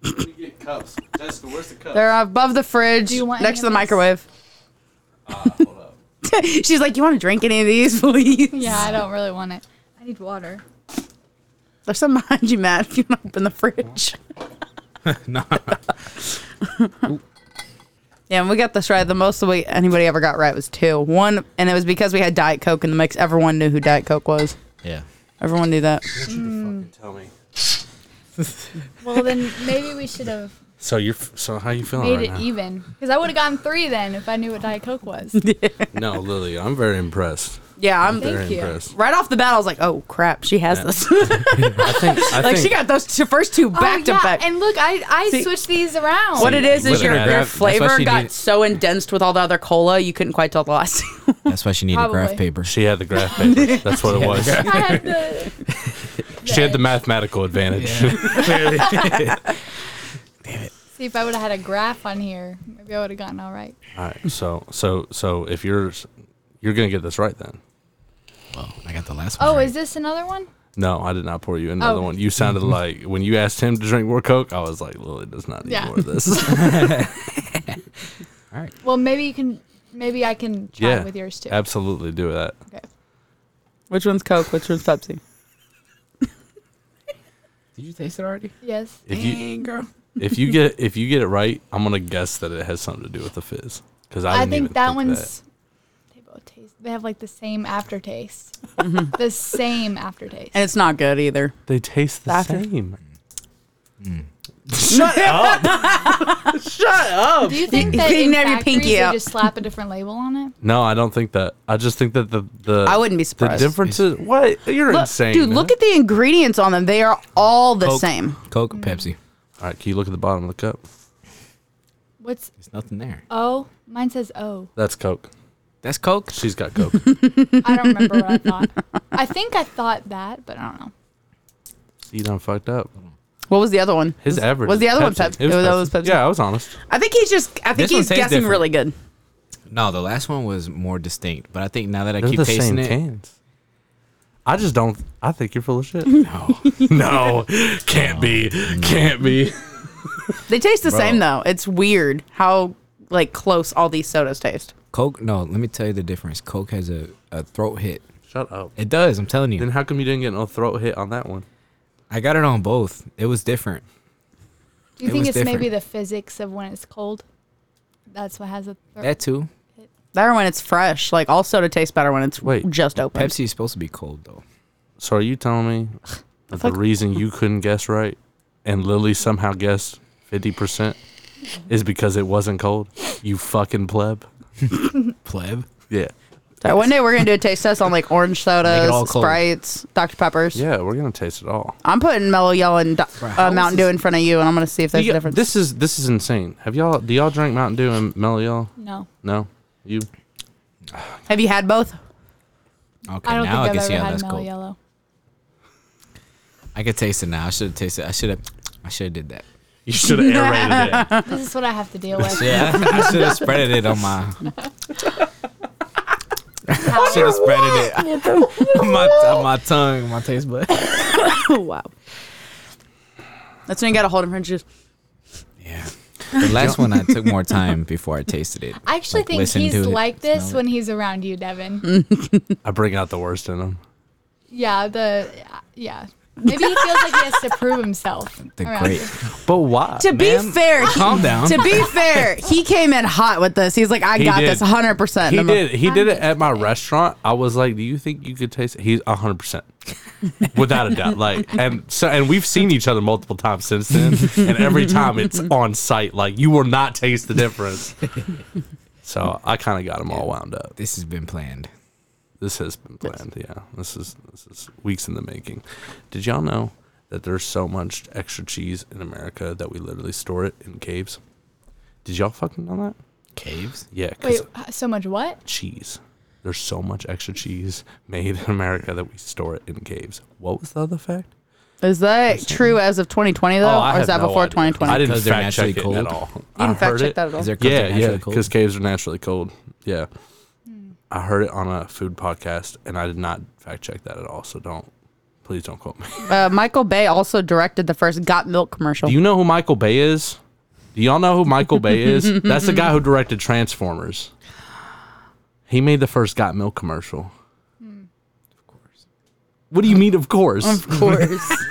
Speaker 2: We get cups. Jessica, where's the cup?
Speaker 8: They're above the fridge,
Speaker 3: you want
Speaker 8: next to
Speaker 3: any
Speaker 8: the
Speaker 3: of this?
Speaker 8: microwave.
Speaker 2: Ah,
Speaker 8: She's like, "You want to drink any of these, please?"
Speaker 3: Yeah, I don't really want it. I need water.
Speaker 8: There's some behind you, Matt. If you want to open the fridge.
Speaker 4: No.
Speaker 8: Yeah, and we got this right. The most that we anybody ever got right was two. One, and it was because we had Diet Coke in the mix. Everyone knew who Diet Coke was.
Speaker 4: Yeah.
Speaker 8: Everyone knew that.
Speaker 3: Mm.
Speaker 2: Tell me.
Speaker 3: Well, then maybe we should have
Speaker 2: So you're f- so how you feeling
Speaker 3: made
Speaker 2: right
Speaker 3: it even because I would have gotten three then if I knew what Diet Coke was.
Speaker 2: now? No, Lily, I'm very impressed.
Speaker 8: Yeah, I'm
Speaker 3: Thank
Speaker 2: very
Speaker 3: you.
Speaker 2: impressed.
Speaker 8: right off the bat. I was like, "Oh crap, she has
Speaker 2: Yeah.
Speaker 8: this."
Speaker 2: I think I
Speaker 8: like
Speaker 2: think
Speaker 8: she got those two, first two back
Speaker 3: oh, yeah,
Speaker 8: to back.
Speaker 3: and look, I I
Speaker 8: See-
Speaker 3: switched these around.
Speaker 8: what it is is
Speaker 4: Literally,
Speaker 8: your,
Speaker 4: that's
Speaker 8: your
Speaker 4: what
Speaker 8: flavor
Speaker 4: she
Speaker 8: got
Speaker 4: needed.
Speaker 8: so indensed with all the other cola, you couldn't quite tell the last.
Speaker 4: That's why she needed graph
Speaker 3: Probably.
Speaker 4: paper.
Speaker 2: she had the graph paper. That's what it was.
Speaker 3: I had the,
Speaker 2: She had the mathematical advantage.
Speaker 3: see if I would have had a graph on here, maybe I would have gotten all right.
Speaker 2: All right. So so so if you're you're gonna get this right then.
Speaker 4: Well, I got the last one.
Speaker 3: Oh,
Speaker 4: right.
Speaker 3: is this another one?
Speaker 2: No, I did not pour you another
Speaker 3: Oh.
Speaker 2: one. You sounded
Speaker 8: Mm-hmm.
Speaker 2: like when you asked him to drink more Coke, I was like, Lily does not need
Speaker 3: Yeah.
Speaker 2: more of this.
Speaker 3: Well, maybe you can. Maybe I can try
Speaker 2: yeah.
Speaker 3: with yours too.
Speaker 2: Absolutely do that.
Speaker 8: Which one's Coke? Which one's Pepsi?
Speaker 4: Did you taste it already?
Speaker 3: yes.
Speaker 2: If you
Speaker 4: Dang, girl.
Speaker 2: if you get if you get it right, I'm gonna guess that it has something to do with the fizz because I,
Speaker 3: I,
Speaker 2: didn't even
Speaker 3: think that
Speaker 2: think
Speaker 3: one's. They both both taste. They have like the same aftertaste. the same aftertaste.
Speaker 8: And it's not good either.
Speaker 2: They taste the
Speaker 8: After-
Speaker 2: same.
Speaker 3: Do you think
Speaker 8: You
Speaker 3: that
Speaker 8: couldn't
Speaker 3: in
Speaker 8: have your
Speaker 3: factories
Speaker 8: pinky
Speaker 3: they
Speaker 8: out.
Speaker 3: just slap a different label on it?
Speaker 2: No, I don't think that. I just think that the the
Speaker 8: I wouldn't be surprised.
Speaker 2: The differences. What? You're
Speaker 8: Look,
Speaker 2: insane,
Speaker 8: dude, look at the ingredients on them. They are all the
Speaker 4: Coke.
Speaker 8: same.
Speaker 4: Coke,
Speaker 3: Mm.
Speaker 4: Pepsi.
Speaker 2: All right, can you look at the bottom of the cup?
Speaker 3: What's
Speaker 4: There's nothing there.
Speaker 3: O? Mine says oh. O.
Speaker 2: That's Coke.
Speaker 4: That's Coke.
Speaker 2: She's got Coke.
Speaker 3: I don't remember what I thought. I think I thought that, but I don't know.
Speaker 2: you done fucked up.
Speaker 8: What was the other one?
Speaker 2: His average
Speaker 8: was the other one Pepsi?
Speaker 2: It was
Speaker 8: Oh, that was Pepsi.
Speaker 2: Yeah, I was honest.
Speaker 8: I think he's just. I think
Speaker 4: This one
Speaker 8: he's
Speaker 4: tastes
Speaker 8: guessing
Speaker 4: different.
Speaker 8: really good.
Speaker 4: No, the last one was more distinct, but I think now that I
Speaker 2: They're
Speaker 4: keep
Speaker 2: the
Speaker 4: tasting
Speaker 2: same
Speaker 4: it,
Speaker 2: cans. I just don't. I think you're full of shit. No, no, can't be, can't be.
Speaker 8: They taste the
Speaker 4: Bro.
Speaker 8: same though. It's weird how like close all these sodas taste.
Speaker 4: Coke. No, let me tell you the difference. Coke has a, a throat hit.
Speaker 2: Shut up.
Speaker 4: It does. I'm telling
Speaker 2: Then
Speaker 4: you.
Speaker 2: how come you didn't get no throat hit on that one?
Speaker 4: I got it on both. It was different.
Speaker 3: Do you
Speaker 4: It
Speaker 3: think
Speaker 4: was
Speaker 3: it's maybe
Speaker 4: different.
Speaker 3: the physics of when it's cold? That's what has a.
Speaker 4: That too.
Speaker 8: Better when it's fresh. Like all soda tastes better when it's
Speaker 2: Wait.
Speaker 8: just open.
Speaker 4: Pepsi is supposed to be cold though.
Speaker 2: So are you telling me that the
Speaker 8: like-
Speaker 2: reason you couldn't guess right and Lily somehow guessed fifty percent is because it wasn't cold? You fucking pleb.
Speaker 4: Pleb.
Speaker 2: Yeah.
Speaker 8: So one day we're gonna do a taste test on like orange
Speaker 4: Make it all
Speaker 8: sodas,
Speaker 4: cold.
Speaker 8: sprites, Dr Peppers.
Speaker 2: Yeah, we're gonna taste it all.
Speaker 8: I'm putting Mellow Yellow and Do-
Speaker 4: how
Speaker 8: uh,
Speaker 4: is
Speaker 8: Mountain Dew in front of you, and I'm gonna see if there's
Speaker 2: Yeah,
Speaker 8: a difference.
Speaker 2: this is this is insane. Have y'all do y'all drink Mountain Dew and Mellow Yellow?
Speaker 3: No.
Speaker 2: No, you.
Speaker 8: Have you had both?
Speaker 4: Okay,
Speaker 3: I don't
Speaker 4: now I
Speaker 3: think
Speaker 4: can
Speaker 3: I've
Speaker 4: see
Speaker 3: ever
Speaker 4: how
Speaker 3: had
Speaker 4: that's
Speaker 3: mellow
Speaker 4: cold.
Speaker 3: yellow.
Speaker 4: I could taste it now. I should have tasted. I should have. I should have did that.
Speaker 1: You should have aerated it.
Speaker 3: This is what I have to deal with.
Speaker 4: Yeah, I should have spreaded it on my.
Speaker 3: How-
Speaker 4: Should have spreaded it on my on my tongue, my taste bud.
Speaker 8: Oh wow. That's when you got a hold of orange juice.
Speaker 4: Yeah. The last one I took more time before I tasted it.
Speaker 3: I actually
Speaker 4: Like,
Speaker 3: think
Speaker 4: listen
Speaker 3: he's
Speaker 4: to it,
Speaker 3: like this
Speaker 4: smell it. Mm.
Speaker 3: when he's around you, Devin.
Speaker 2: I bring out the worst in them.
Speaker 3: Yeah, the uh, yeah. Maybe he feels like he has to prove himself.
Speaker 4: The
Speaker 3: around
Speaker 4: great.
Speaker 3: you.
Speaker 2: But why?
Speaker 8: To be fair, he-
Speaker 4: Calm down.
Speaker 8: to be fair, he came in hot with this. He's like, I
Speaker 2: He
Speaker 8: got
Speaker 2: did.
Speaker 8: this 100. percent
Speaker 2: He did. He did it at my restaurant. I was like, "Do you think you could taste?" It? He's hundred percent, without a doubt. Like, and so, and we've seen each other multiple times since then, and every time it's on site. Like, you will not taste the difference. So I kind of got him all wound up.
Speaker 4: This has been planned.
Speaker 2: This has been planned. Yeah, this is this is weeks in the making. Did y'all know that there's so much extra cheese in America that we literally store it in caves? Did y'all fucking know that?
Speaker 4: Caves.
Speaker 2: Yeah, 'cause
Speaker 3: Wait, h- so much what?
Speaker 2: cheese. There's so much extra cheese made in America that we store it in caves. What was the other fact?
Speaker 8: Is that true as of 2020
Speaker 4: Oh,
Speaker 2: Oh,
Speaker 8: though, Oh, or is that before 2020?
Speaker 2: I didn't
Speaker 4: Because they're
Speaker 2: fact check
Speaker 4: naturally
Speaker 2: it
Speaker 4: cold?
Speaker 2: at all.
Speaker 8: You
Speaker 2: I
Speaker 8: didn't fact
Speaker 2: heard
Speaker 8: check
Speaker 2: it.
Speaker 8: that at all.
Speaker 4: Is there
Speaker 2: Yeah,
Speaker 4: yeah,
Speaker 2: yeah,
Speaker 4: naturally cold?
Speaker 2: because caves are naturally cold. Yeah,
Speaker 8: Hmm.
Speaker 2: I heard it on a food podcast, and I did not fact check that at all. So don't, please don't quote me.
Speaker 8: Uh, Michael Bay also directed the first Got Milk commercial.
Speaker 2: Do you know who Michael Bay is? Do y'all know who Michael Bay is? That's the guy who directed Transformers. He made the first Got Milk commercial. Of course. What do you mean? Of course.
Speaker 8: Hmm. of course.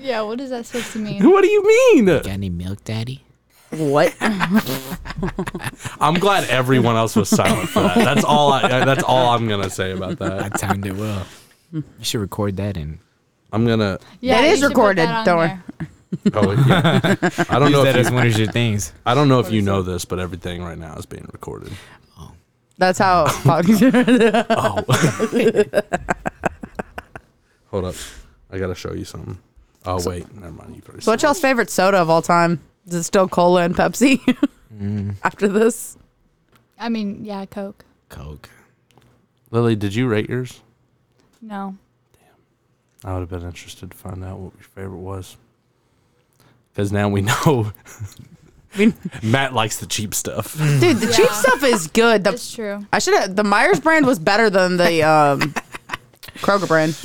Speaker 3: Yeah, what is that supposed to mean?
Speaker 2: What do you mean?
Speaker 4: Got any milk, daddy?
Speaker 8: what?
Speaker 2: I'm glad everyone else was silent for that. That's all. I, uh, that's all I'm gonna say about
Speaker 4: I
Speaker 2: that.
Speaker 4: timed it well. You should record that in.
Speaker 2: I'm gonna.
Speaker 3: Yeah,
Speaker 8: That
Speaker 3: you
Speaker 8: is
Speaker 3: should put
Speaker 8: recorded,
Speaker 3: on
Speaker 8: don't worry.
Speaker 3: there.
Speaker 2: Oh, yeah. I don't know
Speaker 4: that
Speaker 2: if
Speaker 4: as
Speaker 2: you,
Speaker 4: one of your things.
Speaker 2: I don't know if you know this, but everything right now is being recorded.
Speaker 8: That's how.
Speaker 2: Hold up, I gotta show you something. Oh wait, never mind. You first.
Speaker 8: so what's y'all's favorite soda of all time? Is it still cola and Pepsi?
Speaker 4: Mm.
Speaker 8: After this,
Speaker 3: I mean, yeah, Coke.
Speaker 4: Coke.
Speaker 2: Lily, did you rate yours?
Speaker 3: No.
Speaker 2: I would have been interested to find out what your favorite was. Because now we know.
Speaker 8: mean-
Speaker 2: Matt likes the cheap stuff.
Speaker 8: dude, the cheap
Speaker 3: Yeah.
Speaker 8: stuff is good. The
Speaker 3: That's true.
Speaker 8: I should have. The Myers brand was better than the um, Kroger brand.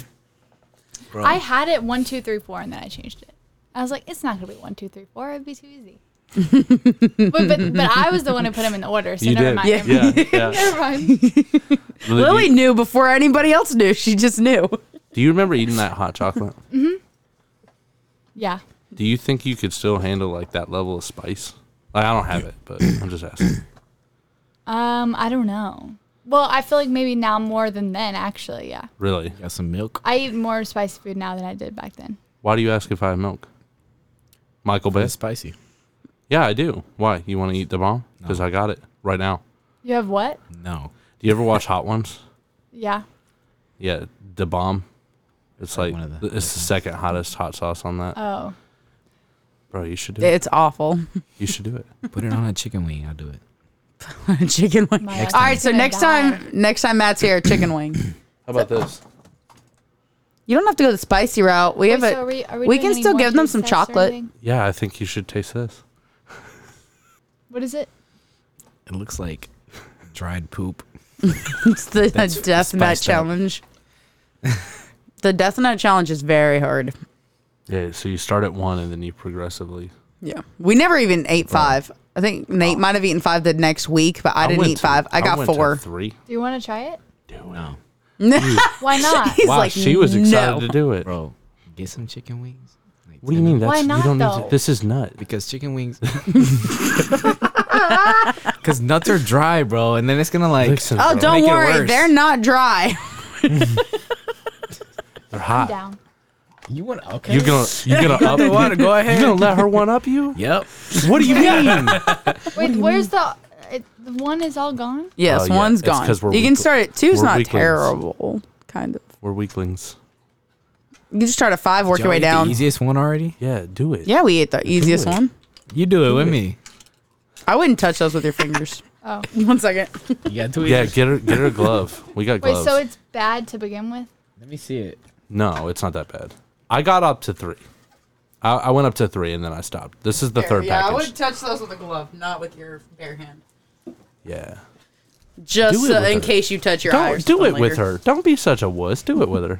Speaker 3: I had it one, two, three, four, and then I changed it. I was like, it's not gonna be one, two, three, four. It'd be too easy. but, but but I was the one who put them in the order, so
Speaker 2: you
Speaker 3: never
Speaker 2: did.
Speaker 3: mind.
Speaker 8: Yeah.
Speaker 3: Never mind.
Speaker 2: Yeah. yeah.
Speaker 3: Never mind.
Speaker 2: Lily, do you-
Speaker 8: Lily knew before anybody else knew. She just knew.
Speaker 2: do you remember eating that hot chocolate?
Speaker 3: Yeah.
Speaker 2: Do you think you could still handle like that level of spice? Like I don't have it, but I'm just asking.
Speaker 3: Um, I don't know. Well, I feel like maybe now more than then, actually. Yeah.
Speaker 2: Really?
Speaker 4: Got some milk.
Speaker 3: I eat more spicy food now than I did back then.
Speaker 2: Why do you ask if I have milk? Michael Bay?
Speaker 4: It's spicy.
Speaker 2: Yeah, I do. Why? You want to eat the bomb? Because I got it right now.
Speaker 3: You have what?
Speaker 4: No.
Speaker 2: Do you ever watch Hot Ones?
Speaker 3: Yeah.
Speaker 2: Yeah, the bomb. It's like,
Speaker 4: one of the
Speaker 2: th- it's the second hottest hot sauce on that.
Speaker 3: Oh.
Speaker 2: Bro, you should do it.
Speaker 8: It's awful.
Speaker 2: You should do it.
Speaker 4: Put it on a chicken wing. I'll do it.
Speaker 8: chicken wing.
Speaker 3: My
Speaker 8: All
Speaker 3: I'm
Speaker 8: right, so
Speaker 3: gonna
Speaker 8: next
Speaker 3: die.
Speaker 8: time, next time Matt's here, chicken wing.
Speaker 2: How about this?
Speaker 8: You don't have to go the spicy route. We have
Speaker 3: Wait,
Speaker 8: a.
Speaker 3: so are we, are
Speaker 8: we
Speaker 3: doing
Speaker 8: can
Speaker 3: any
Speaker 8: still give them
Speaker 3: one-piece
Speaker 8: some
Speaker 3: tests or
Speaker 8: chocolate.
Speaker 3: anything?
Speaker 2: Yeah, I think you should taste this.
Speaker 3: What is it?
Speaker 4: It looks like dried poop.
Speaker 8: It's the
Speaker 4: That's
Speaker 8: death nut
Speaker 4: spiced up.
Speaker 8: challenge. the death nut challenge is very hard.
Speaker 2: Yeah, so you start at one and then you progressively.
Speaker 8: Yeah, we never even ate five. I think Nate might have eaten five the next week, but I, didn't
Speaker 2: Oh. went
Speaker 8: eat
Speaker 2: to-
Speaker 8: five. I got
Speaker 2: went to
Speaker 8: four.
Speaker 2: three.
Speaker 3: Do you want to try it?
Speaker 4: No.
Speaker 3: Why not?
Speaker 8: He's
Speaker 2: Wow,
Speaker 8: like,
Speaker 2: she was excited
Speaker 8: "No."
Speaker 2: to do it.
Speaker 4: Bro, get some chicken wings. Like,
Speaker 2: What do you mean?
Speaker 3: Why
Speaker 2: That's you
Speaker 3: not,
Speaker 2: don't need
Speaker 3: though?
Speaker 2: to, This is nut.
Speaker 4: Because chicken wings. Because nuts are dry, bro. And then it's going to like.
Speaker 2: Listen,
Speaker 8: oh,
Speaker 2: bro,
Speaker 8: don't
Speaker 4: Make it
Speaker 8: worry,
Speaker 4: worse.
Speaker 8: they're not dry.
Speaker 2: they're
Speaker 3: I'm
Speaker 2: hot.
Speaker 3: down.
Speaker 4: You want to. Okay.
Speaker 2: You're gonna you're gonna up.
Speaker 4: You wanna go
Speaker 2: You're
Speaker 4: ahead.
Speaker 2: gonna let her one up you?
Speaker 4: Yep.
Speaker 2: What do you mean?
Speaker 3: Wait, where's the? It, the one is all gone.
Speaker 8: Yes,
Speaker 2: yeah,
Speaker 8: one's
Speaker 2: it's
Speaker 8: gone.
Speaker 2: 'cause we're
Speaker 8: You can
Speaker 2: weak-
Speaker 8: start at two's
Speaker 2: we're
Speaker 8: not
Speaker 2: weaklings.
Speaker 8: terrible, kind of.
Speaker 2: We're weaklings.
Speaker 8: You can start at five, work
Speaker 4: Did
Speaker 8: your
Speaker 4: y'all
Speaker 8: way
Speaker 4: eat the
Speaker 8: down.
Speaker 4: easiest one already?
Speaker 2: Yeah, do it.
Speaker 8: Yeah, we ate the easiest one.
Speaker 4: You do it with me.
Speaker 8: I wouldn't touch those with your fingers.
Speaker 3: Oh.
Speaker 8: One second.
Speaker 7: You got two
Speaker 2: Yeah,
Speaker 7: ears?
Speaker 2: get her get her a glove. We got
Speaker 3: Wait,
Speaker 2: gloves.
Speaker 3: so it's bad to begin with?
Speaker 7: Let me see it.
Speaker 2: no, it's not that bad. I got up to three. I, I went up to three and then I stopped. This is the third package.
Speaker 8: touch those with a glove, not with your bare hand.
Speaker 2: Yeah.
Speaker 8: Just
Speaker 2: Do it
Speaker 8: so
Speaker 2: with
Speaker 8: in
Speaker 2: her.
Speaker 8: case you touch your eye. or
Speaker 2: Don't do it
Speaker 8: something
Speaker 2: with
Speaker 8: later.
Speaker 2: her. Don't be such a wuss. Do it with her.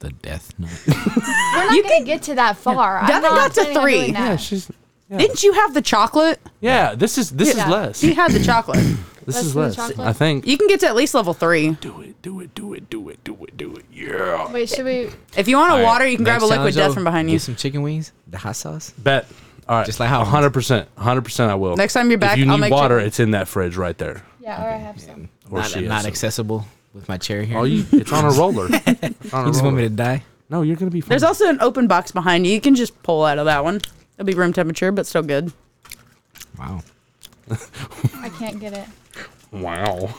Speaker 4: The death nut.
Speaker 3: We're not gonna get to that far. I'm
Speaker 8: Devin
Speaker 3: not
Speaker 8: got to
Speaker 3: planning on
Speaker 8: three.
Speaker 3: doing
Speaker 2: Yeah,
Speaker 3: that.
Speaker 2: she's yeah.
Speaker 8: Didn't you have the chocolate?
Speaker 2: Yeah, this is this
Speaker 3: Yeah.
Speaker 2: is less.
Speaker 8: He had the chocolate.
Speaker 2: This
Speaker 3: Less
Speaker 2: is
Speaker 3: than the
Speaker 2: less.
Speaker 3: chocolate?
Speaker 2: I think.
Speaker 8: You can get to at least level three.
Speaker 2: do it, do it, do it, do it, do it, do it. Yeah.
Speaker 3: Wait, should we?
Speaker 8: If you want a water, you can grab
Speaker 4: Next
Speaker 8: a liquid
Speaker 4: challenge,
Speaker 8: death
Speaker 4: though,
Speaker 8: from behind you.
Speaker 4: Get some chicken wings, the hot sauce.
Speaker 2: Bet. All right.
Speaker 4: Just like how-
Speaker 2: 100%. 100% I will.
Speaker 8: Next time you're
Speaker 2: if
Speaker 8: back,
Speaker 2: you
Speaker 8: I'll
Speaker 2: need
Speaker 8: make
Speaker 2: water,
Speaker 8: chicken.
Speaker 2: it's in that fridge right there.
Speaker 3: Yeah, or I have some.
Speaker 2: Or
Speaker 4: not
Speaker 2: she
Speaker 4: not
Speaker 2: has it.
Speaker 4: accessible with my chair here.
Speaker 2: Oh, you, it's on a roller. It's on a
Speaker 4: you just want me
Speaker 2: roller.
Speaker 4: to die?
Speaker 2: No, you're going to be fine.
Speaker 8: There's also an open box behind you. You can just pull out of that one. It'll be room temperature, but still good.
Speaker 4: Wow.
Speaker 3: I can't get it.
Speaker 2: wow.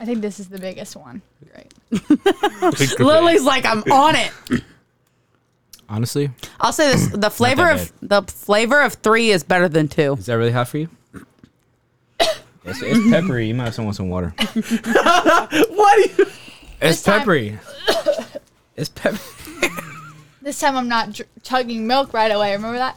Speaker 3: I think this is the biggest one. Great.
Speaker 8: Lily's like, I'm on it.
Speaker 4: Honestly,
Speaker 8: I'll say this: the flavor
Speaker 4: that
Speaker 8: of the flavor of three is better than two.
Speaker 4: is that really hot for you?
Speaker 7: It's, it's peppery. You might have to want some water.
Speaker 4: It's
Speaker 3: time-
Speaker 4: peppery. it's pepper.
Speaker 3: This time I'm not dr- chugging milk right away. Remember that?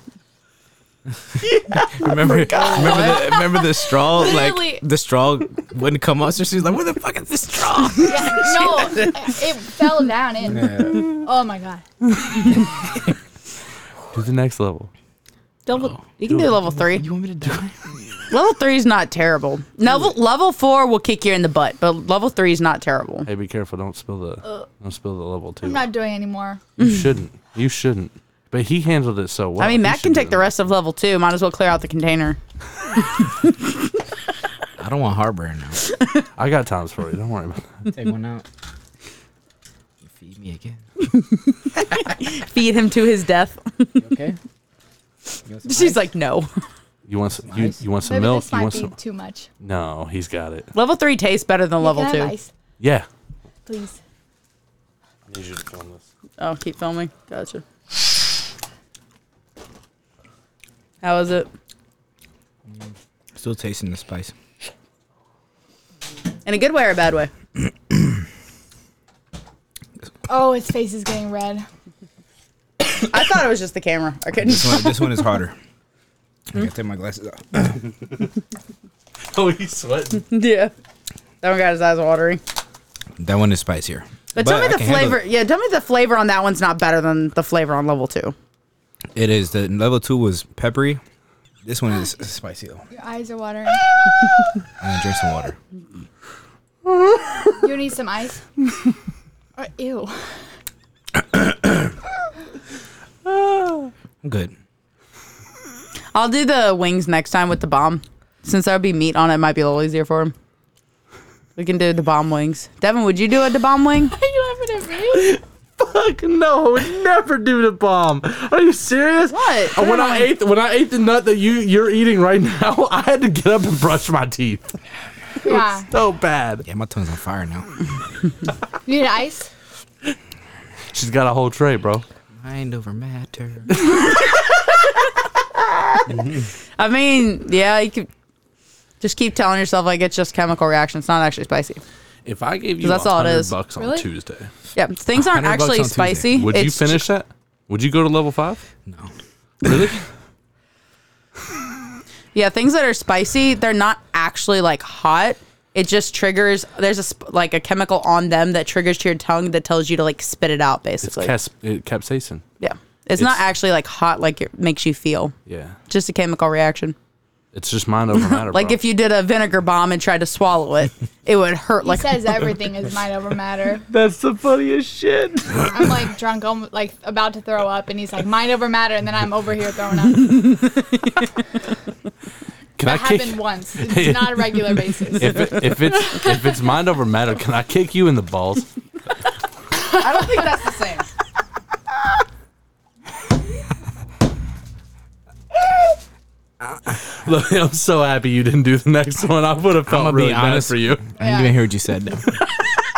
Speaker 4: Remember, remember, the, remember the straw?
Speaker 3: Literally.
Speaker 4: Like the straw wouldn't come up, so she's like, "Where the fuck is this straw?"
Speaker 3: Yeah, no, it fell down in. Oh my god.
Speaker 2: to the next level.
Speaker 8: Double, you can do level three.
Speaker 4: you want me to die?
Speaker 8: Level three is not terrible. Level level four will kick you in the butt, but level three is not terrible.
Speaker 2: Hey, be careful. Don't spill the
Speaker 8: Uh,
Speaker 2: don't spill the level too.
Speaker 3: I'm not doing anymore.
Speaker 2: you shouldn't. You shouldn't. But he handled it so well.
Speaker 8: I
Speaker 2: He
Speaker 8: mean, Matt can
Speaker 2: should
Speaker 8: take
Speaker 2: do
Speaker 8: the
Speaker 2: it.
Speaker 8: rest of level two. Might as well clear out the container.
Speaker 4: I don't want heartburn now.
Speaker 2: I got times for you. Don't worry about that.
Speaker 7: Take one out.
Speaker 4: You feed me again.
Speaker 8: Feed him to his death.
Speaker 7: You okay? You want some
Speaker 8: She's
Speaker 7: ice?
Speaker 8: like, no.
Speaker 2: You want some, you,
Speaker 7: Nice.
Speaker 2: you want some
Speaker 3: Maybe
Speaker 2: milk?
Speaker 3: this
Speaker 2: You
Speaker 3: might
Speaker 2: want
Speaker 3: be
Speaker 2: some?
Speaker 3: too much.
Speaker 2: No, he's got it.
Speaker 8: Level three tastes better than level
Speaker 3: Can I have
Speaker 8: two.
Speaker 3: ice,
Speaker 2: Yeah.
Speaker 3: please.
Speaker 2: I need you to film this.
Speaker 8: Oh, keep filming. Gotcha. How is it?
Speaker 4: Still tasting the spice.
Speaker 8: In a good way or a bad way?
Speaker 3: Oh, his face is getting red.
Speaker 8: I thought it was just the camera. I couldn't.
Speaker 7: This one, this one is harder. I
Speaker 4: Hmm?
Speaker 7: gotta take my glasses off.
Speaker 2: Oh, he's sweating.
Speaker 8: yeah. That one got his eyes watering.
Speaker 7: That one is spicier.
Speaker 8: But, tell
Speaker 7: But
Speaker 8: me
Speaker 7: I
Speaker 8: the
Speaker 7: can handle
Speaker 8: flavor. Yeah, tell me the flavor on that one's not better than the flavor on level two.
Speaker 7: It is. The level two was peppery. This one is spicy though.
Speaker 3: Your eyes are watering.
Speaker 7: I'm gonna drink some water.
Speaker 3: You need some ice? Or, ew.
Speaker 7: I'm good.
Speaker 8: I'll do the wings next time with the bomb. Since there would be meat on it, it might be a little easier for him. We can do the bomb wings. Devin, would you do a bomb wing?
Speaker 3: Are you laughing at me?
Speaker 2: Fuck no, I would never do the bomb. Are you serious?
Speaker 8: What?
Speaker 2: Uh, When I ate when I ate the nut that you you're eating right now, I had to get up and brush my teeth.
Speaker 3: Yeah.
Speaker 2: So bad.
Speaker 7: Yeah, my tongue's on fire now.
Speaker 3: You need ice?
Speaker 2: She's got a whole tray, bro.
Speaker 7: Mind over matter.
Speaker 8: I mean, yeah, you could just keep telling yourself like it's just chemical reaction. It's not actually spicy.
Speaker 2: If I gave you
Speaker 8: you that's all it 100 is.
Speaker 2: bucks on
Speaker 3: Really?
Speaker 2: Tuesday,
Speaker 8: Yeah, things aren't
Speaker 7: 100 bucks
Speaker 8: actually
Speaker 7: on Tuesday.
Speaker 8: spicy.
Speaker 2: would you
Speaker 8: It's
Speaker 2: finish that? Would you go to level five?
Speaker 7: No.
Speaker 2: Really?
Speaker 8: Yeah, things that are spicy, they're not actually like hot. It just triggers. There's a sp- like a chemical on them that triggers to your tongue that tells you to like spit it out.
Speaker 2: it's
Speaker 8: Basically,
Speaker 2: cas- uh, capsaicin.
Speaker 8: yeah, it's, not
Speaker 2: it's-
Speaker 8: actually like hot like it makes you feel.
Speaker 2: Yeah.
Speaker 8: Just a chemical reaction.
Speaker 2: It's just mind over matter.
Speaker 8: Like
Speaker 2: bro.
Speaker 8: if you did a vinegar bomb and tried to swallow it, it would hurt.
Speaker 3: He
Speaker 8: Like
Speaker 3: says everything is mind over matter.
Speaker 2: That's the funniest shit.
Speaker 3: I'm like drunk, I'm like about to throw up, and he's like mind over matter, and then I'm over here throwing up.
Speaker 2: Can
Speaker 3: That
Speaker 2: I kick?
Speaker 3: happened once. It's not a regular basis.
Speaker 2: If, it, if it's if it's mind over matter, can I kick you in the balls?
Speaker 5: I don't think that's the same.
Speaker 2: Look, I'm so happy you didn't do the next one. I would have felt
Speaker 7: I'ma be
Speaker 2: really bad
Speaker 7: honest.
Speaker 2: for you.
Speaker 7: I didn't even hear what you said.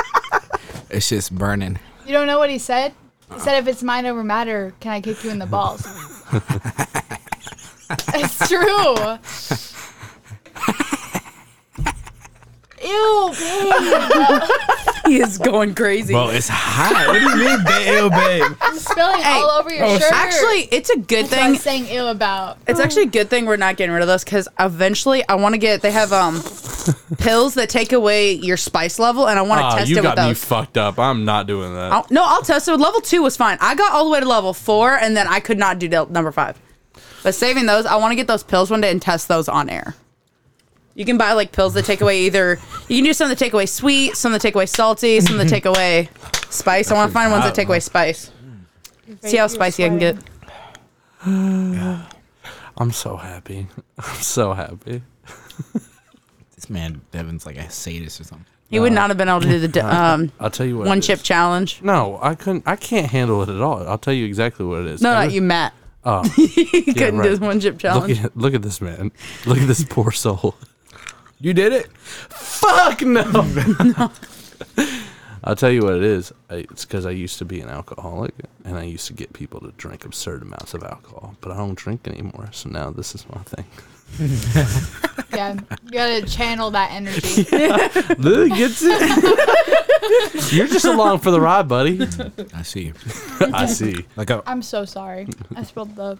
Speaker 7: it's just burning.
Speaker 3: You don't know what he said? He said, if it's mind over matter, can I kick you in the balls? it's true. Ew, babe.
Speaker 8: he is going crazy.
Speaker 7: Bro, it's hot. what do you mean, ba- ew, babe?
Speaker 3: I'm spilling
Speaker 8: Hey,
Speaker 3: all over your shirt.
Speaker 8: Actually, Oh, it's a good
Speaker 3: That's what I
Speaker 8: thing.
Speaker 3: was saying ew about.
Speaker 8: It's actually a good thing we're not getting rid of those because eventually I want to get. They have um pills that take away your spice level, and I want to
Speaker 2: Ah,
Speaker 8: test
Speaker 2: you
Speaker 8: it with
Speaker 2: got me
Speaker 8: those.
Speaker 2: fucked up. I'm not doing that.
Speaker 8: I'll- no, I'll test it. Level two was fine. I got all the way to level four, and then I could not do del- number five. But saving those, I want to get those pills one day and test those on air. You can buy like pills that take away either. You can do some that take away sweet, some that take away salty, some that take away spice. I want to find ones that take away spice. See how spicy I can get.
Speaker 2: I'm so happy. I'm so happy.
Speaker 7: This man, Devin's like a sadist or something.
Speaker 8: You would not have been able to do the d- um,
Speaker 2: I'll tell you what.
Speaker 8: one
Speaker 2: it
Speaker 8: chip
Speaker 2: is.
Speaker 8: challenge.
Speaker 2: No, I couldn't. I can't handle it at all. I'll tell you exactly what it is.
Speaker 8: No,
Speaker 2: Every-
Speaker 8: not you, Matt.
Speaker 2: Oh.
Speaker 8: he couldn't do
Speaker 2: right.
Speaker 8: the one chip
Speaker 2: Look
Speaker 8: challenge.
Speaker 2: at, look at this man. Look at this poor soul. You did it? Fuck no. I'll tell you what it is. I- It's because I used to be an alcoholic and I used to get people to drink absurd amounts of alcohol, but I don't drink anymore. So now this is my thing.
Speaker 3: Yeah, you gotta channel that energy.
Speaker 2: Lily gets it. You're just along for the ride, buddy.
Speaker 7: I see you.
Speaker 2: I see.
Speaker 7: Like, a,
Speaker 3: I'm so sorry. I spilled the.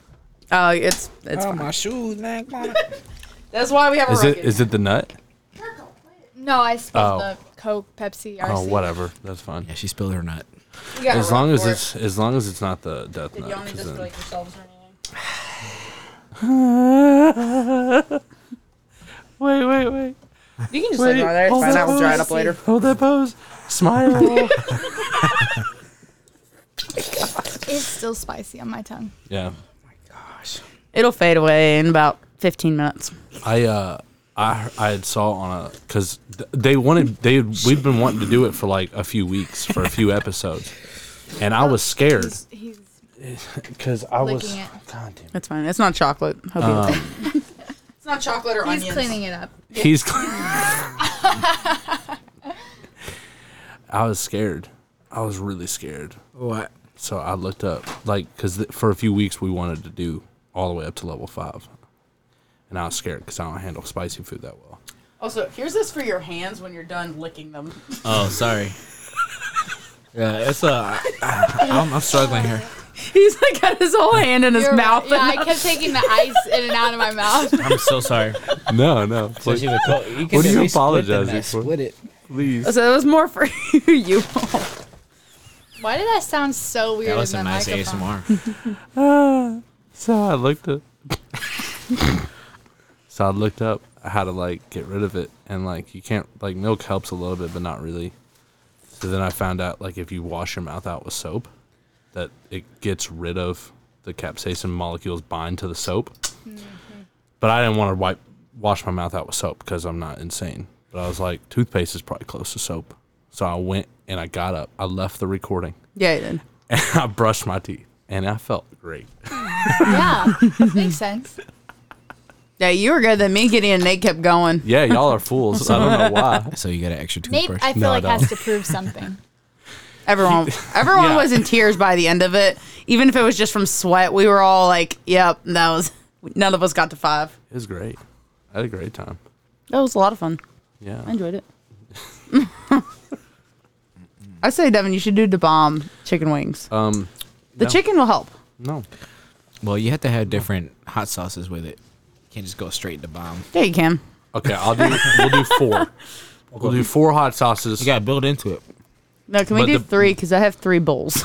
Speaker 8: Oh, it's it's fine.
Speaker 4: my shoes, man.
Speaker 5: That's why we have
Speaker 2: Is
Speaker 5: a
Speaker 2: it
Speaker 5: rocket.
Speaker 2: is it the nut?
Speaker 3: No, I spilled
Speaker 2: Oh.
Speaker 3: the Coke, Pepsi, RC.
Speaker 2: Oh, whatever. That's fine.
Speaker 7: yeah, she spilled her nut.
Speaker 5: We got a
Speaker 2: As long
Speaker 5: rock
Speaker 2: as
Speaker 5: for it.
Speaker 2: it's as long as it's not the death
Speaker 5: Did
Speaker 2: nut.
Speaker 5: y'all need
Speaker 2: 'cause
Speaker 5: to
Speaker 2: then-
Speaker 5: like yourselves or anything?
Speaker 2: wait, wait, wait.
Speaker 5: You can just
Speaker 2: Wait,
Speaker 5: like
Speaker 8: there, it's
Speaker 2: hold
Speaker 8: fine,
Speaker 2: that
Speaker 8: I will dry it up
Speaker 2: pose.
Speaker 8: later.
Speaker 2: Hold that pose. Smile.
Speaker 3: It's still spicy on my tongue.
Speaker 2: yeah.
Speaker 8: It'll fade away in about 15 minutes.
Speaker 2: I uh I I had saw on a because they wanted they we've been wanting to do it for like a few weeks for a few episodes, and I was scared
Speaker 3: He's, he's
Speaker 2: because I was
Speaker 3: Licking it.
Speaker 2: God damn it.
Speaker 8: It's fine. It's not chocolate. Hope
Speaker 2: Oh.
Speaker 8: you like it. it's not chocolate or
Speaker 3: he's cleaning it up.
Speaker 2: he's. I was scared. I was really scared.
Speaker 4: What?
Speaker 2: So I looked up, like, because th- for a few weeks we wanted to do all the way up to level five. And I was scared because I don't handle spicy food that well.
Speaker 8: Also, here's this for your hands when you're done licking them.
Speaker 7: Oh, sorry. yeah, it's uh, I, I'm, I'm struggling here.
Speaker 8: He's like got his whole hand in his
Speaker 3: You're
Speaker 8: mouth.
Speaker 3: right. Yeah, I kept taking the ice in and out of my mouth.
Speaker 6: I'm so sorry.
Speaker 2: No, no.
Speaker 6: What
Speaker 2: please.
Speaker 6: do
Speaker 2: What are you apologizing for?
Speaker 4: it.
Speaker 2: Please.
Speaker 8: So it was more for you.
Speaker 3: Why did that sound so weird?
Speaker 7: That was
Speaker 3: in
Speaker 7: some
Speaker 3: the
Speaker 7: nice
Speaker 3: microphone?
Speaker 7: ASMR.
Speaker 2: So I looked up. so I looked up how to, like, get rid of it. And, like, you can't, like, milk helps a little bit, but not really. So then I found out, like, if you wash your mouth out with soap, that it gets rid of the capsaicin molecules bind to the soap. But I didn't want to wipe wash my mouth out with soap because I'm not insane. But I was like, toothpaste is probably close to soap. So I went and I got up. I left the recording
Speaker 8: Yeah, you did.
Speaker 2: and I brushed my teeth and I felt great.
Speaker 3: Yeah, makes sense.
Speaker 8: Yeah, you were good than me getting and Nate kept going.
Speaker 2: Yeah, y'all are fools. I don't know why.
Speaker 7: So you got an extra
Speaker 3: Nate,
Speaker 7: toothbrush.
Speaker 3: I feel
Speaker 2: No, I
Speaker 3: like has
Speaker 2: don't.
Speaker 3: to prove something.
Speaker 8: Everyone everyone
Speaker 2: Yeah.
Speaker 8: was in tears by the end of it. Even if it was just from sweat, we were all like, Yep, that was none of us got to five.
Speaker 2: It was great. I had a great time.
Speaker 8: That was a lot of fun. I
Speaker 2: Yeah.
Speaker 8: enjoyed it. I say, Devin, you should do the bomb chicken wings.
Speaker 2: Um,
Speaker 8: the
Speaker 2: no.
Speaker 8: chicken will help.
Speaker 2: No.
Speaker 7: well, you have to have different hot sauces with it. You can't just go straight to bomb.
Speaker 8: Yeah, you can.
Speaker 2: Okay, I'll do. we'll do four. We'll do four hot sauces.
Speaker 7: You got to build into it.
Speaker 8: No, can we
Speaker 2: But
Speaker 8: do
Speaker 2: the-
Speaker 8: three? Because I have three bowls.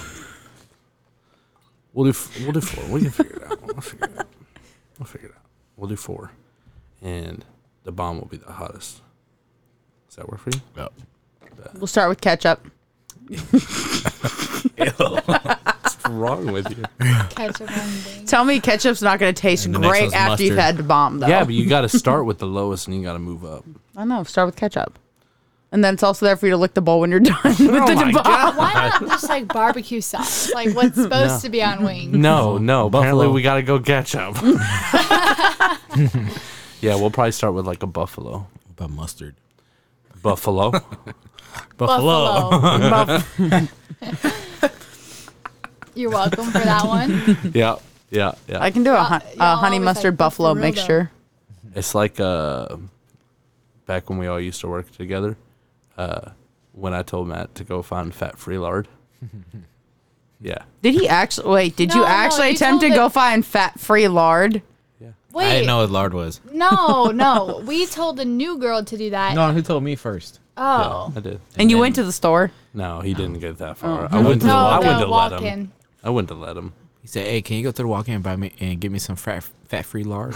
Speaker 2: We'll do. F- we'll do four. We can figure it out. We'll figure it out. We'll figure it out. We'll do four, and the bomb will be the hottest. Does that work for you?
Speaker 8: we'll start with ketchup.
Speaker 2: What's wrong with you?
Speaker 3: Ketchup and beans.
Speaker 8: Tell me ketchup's not going to taste
Speaker 7: And the next
Speaker 8: great
Speaker 7: one's
Speaker 8: after you've had
Speaker 7: mustard.
Speaker 8: the bomb, though.
Speaker 2: Yeah, but you got to start with the lowest, and you got to move up.
Speaker 8: I know. Start with ketchup. And then it's also there for you to lick the bowl when you're done with the
Speaker 2: Oh my
Speaker 8: bomb.
Speaker 3: Why not just like barbecue sauce? Like what's supposed to be on wings?
Speaker 2: No, no. Apparently,
Speaker 7: Buffalo.
Speaker 2: we got to go ketchup. yeah, we'll probably start with like a buffalo.
Speaker 7: But mustard.
Speaker 2: Buffalo.
Speaker 3: Buffalo. You're welcome for that one.
Speaker 2: yeah, yeah, yeah.
Speaker 8: I can do a, hun-
Speaker 3: Uh, y'all
Speaker 8: a honey
Speaker 3: always like
Speaker 8: mustard
Speaker 3: this for
Speaker 8: buffalo
Speaker 3: real, though.
Speaker 8: mixture.
Speaker 2: It's like uh, back when we all used to work together. Uh, when I told Matt to go find fat-free lard. yeah,
Speaker 8: Did he actually? Wait, did
Speaker 3: No,
Speaker 8: you
Speaker 3: no,
Speaker 8: actually
Speaker 3: you
Speaker 8: attempt to
Speaker 3: told
Speaker 8: go
Speaker 3: it-
Speaker 8: find fat-free lard?
Speaker 3: Wait,
Speaker 7: I didn't know what lard was.
Speaker 3: no, no. We told the new girl to do that.
Speaker 7: No, who told me first?
Speaker 3: oh,
Speaker 2: I did.
Speaker 8: And, you went to the store.
Speaker 2: No, he didn't get that far. I wouldn't. I
Speaker 3: Oh. no,
Speaker 2: wouldn't
Speaker 3: the
Speaker 2: have let
Speaker 3: walk
Speaker 2: him.
Speaker 3: in.
Speaker 2: I wouldn't have let him.
Speaker 7: He said, "Hey, can you go to the walk-in and buy me and get me some fat fat free lard?"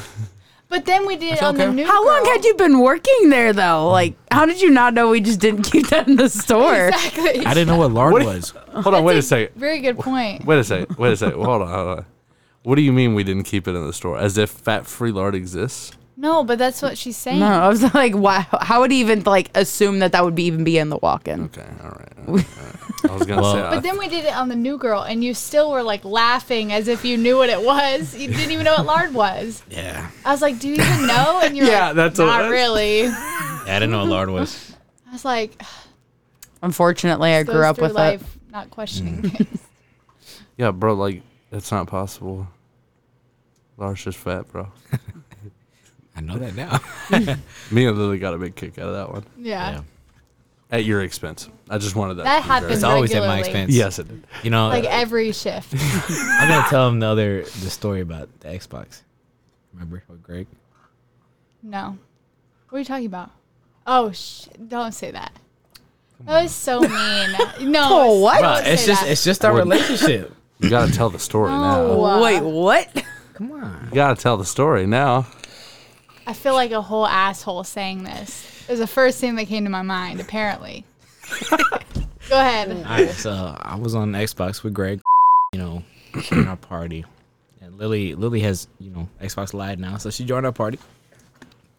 Speaker 3: But then we did it on the
Speaker 7: okay.
Speaker 3: new.
Speaker 8: How long
Speaker 3: girl.
Speaker 8: had you been working there though? Like, how did you not know we just didn't keep that in the store?
Speaker 3: Exactly.
Speaker 7: I didn't know what lard
Speaker 2: What-
Speaker 7: was.
Speaker 3: Oh.
Speaker 2: Hold on. Wait a second.
Speaker 3: Very good point.
Speaker 2: Wait a second. Wait a second. Hold on. Hold on. What do you mean we didn't keep it in the store? As if fat-free lard exists?
Speaker 3: No, but that's what she's saying.
Speaker 8: No, I was like, wow. How would he even like assume that that would be even be in the walk-in?
Speaker 2: Okay. All right. all right, all right. I was gonna say. I-
Speaker 3: But then we did it on the new girl, and you still were like laughing as if you knew what it was. You didn't even know what lard was.
Speaker 7: Yeah,
Speaker 3: I was like, "Do you even know?" And you're
Speaker 2: Yeah,
Speaker 3: like,
Speaker 2: that's what-
Speaker 3: not
Speaker 2: that's-
Speaker 3: really." I
Speaker 7: I didn't know what lard was.
Speaker 3: was like,
Speaker 8: Unfortunately, I grew
Speaker 3: goes
Speaker 8: up
Speaker 3: through
Speaker 8: with
Speaker 3: life,
Speaker 8: it.
Speaker 3: not questioning
Speaker 2: Mm.
Speaker 3: things.
Speaker 2: yeah, bro. Like that's not possible. Lard's just fat, bro.
Speaker 7: I know that now.
Speaker 2: Me and Lily got a big kick out of that one.
Speaker 3: Yeah.
Speaker 7: Yeah.
Speaker 2: At your expense. I just wanted that.
Speaker 3: That
Speaker 2: to be very-
Speaker 3: happens.
Speaker 7: It's always at my
Speaker 3: Regularly.
Speaker 7: expense.
Speaker 2: Yes, it did.
Speaker 7: you know,
Speaker 3: Like every shift.
Speaker 7: I'm gonna tell him the other the story about the Xbox. Remember with Greg?
Speaker 3: No. What are you talking about? Oh, sh- don't say that. That was so mean. No.
Speaker 8: Oh, what?
Speaker 3: Don't
Speaker 7: it's
Speaker 3: say
Speaker 7: just
Speaker 3: that.
Speaker 7: it's just our relationship.
Speaker 2: You gotta tell the story now.
Speaker 3: No. uh,
Speaker 8: Wait, what?
Speaker 7: Come on.
Speaker 2: You gotta tell the story now.
Speaker 3: I feel like a whole asshole saying this. It was the first thing that came to my mind, apparently. Go ahead.
Speaker 7: All right, so I was on Xbox with Greg, you know, in our party, and Lily Lily has you know Xbox Live now, so she joined our party.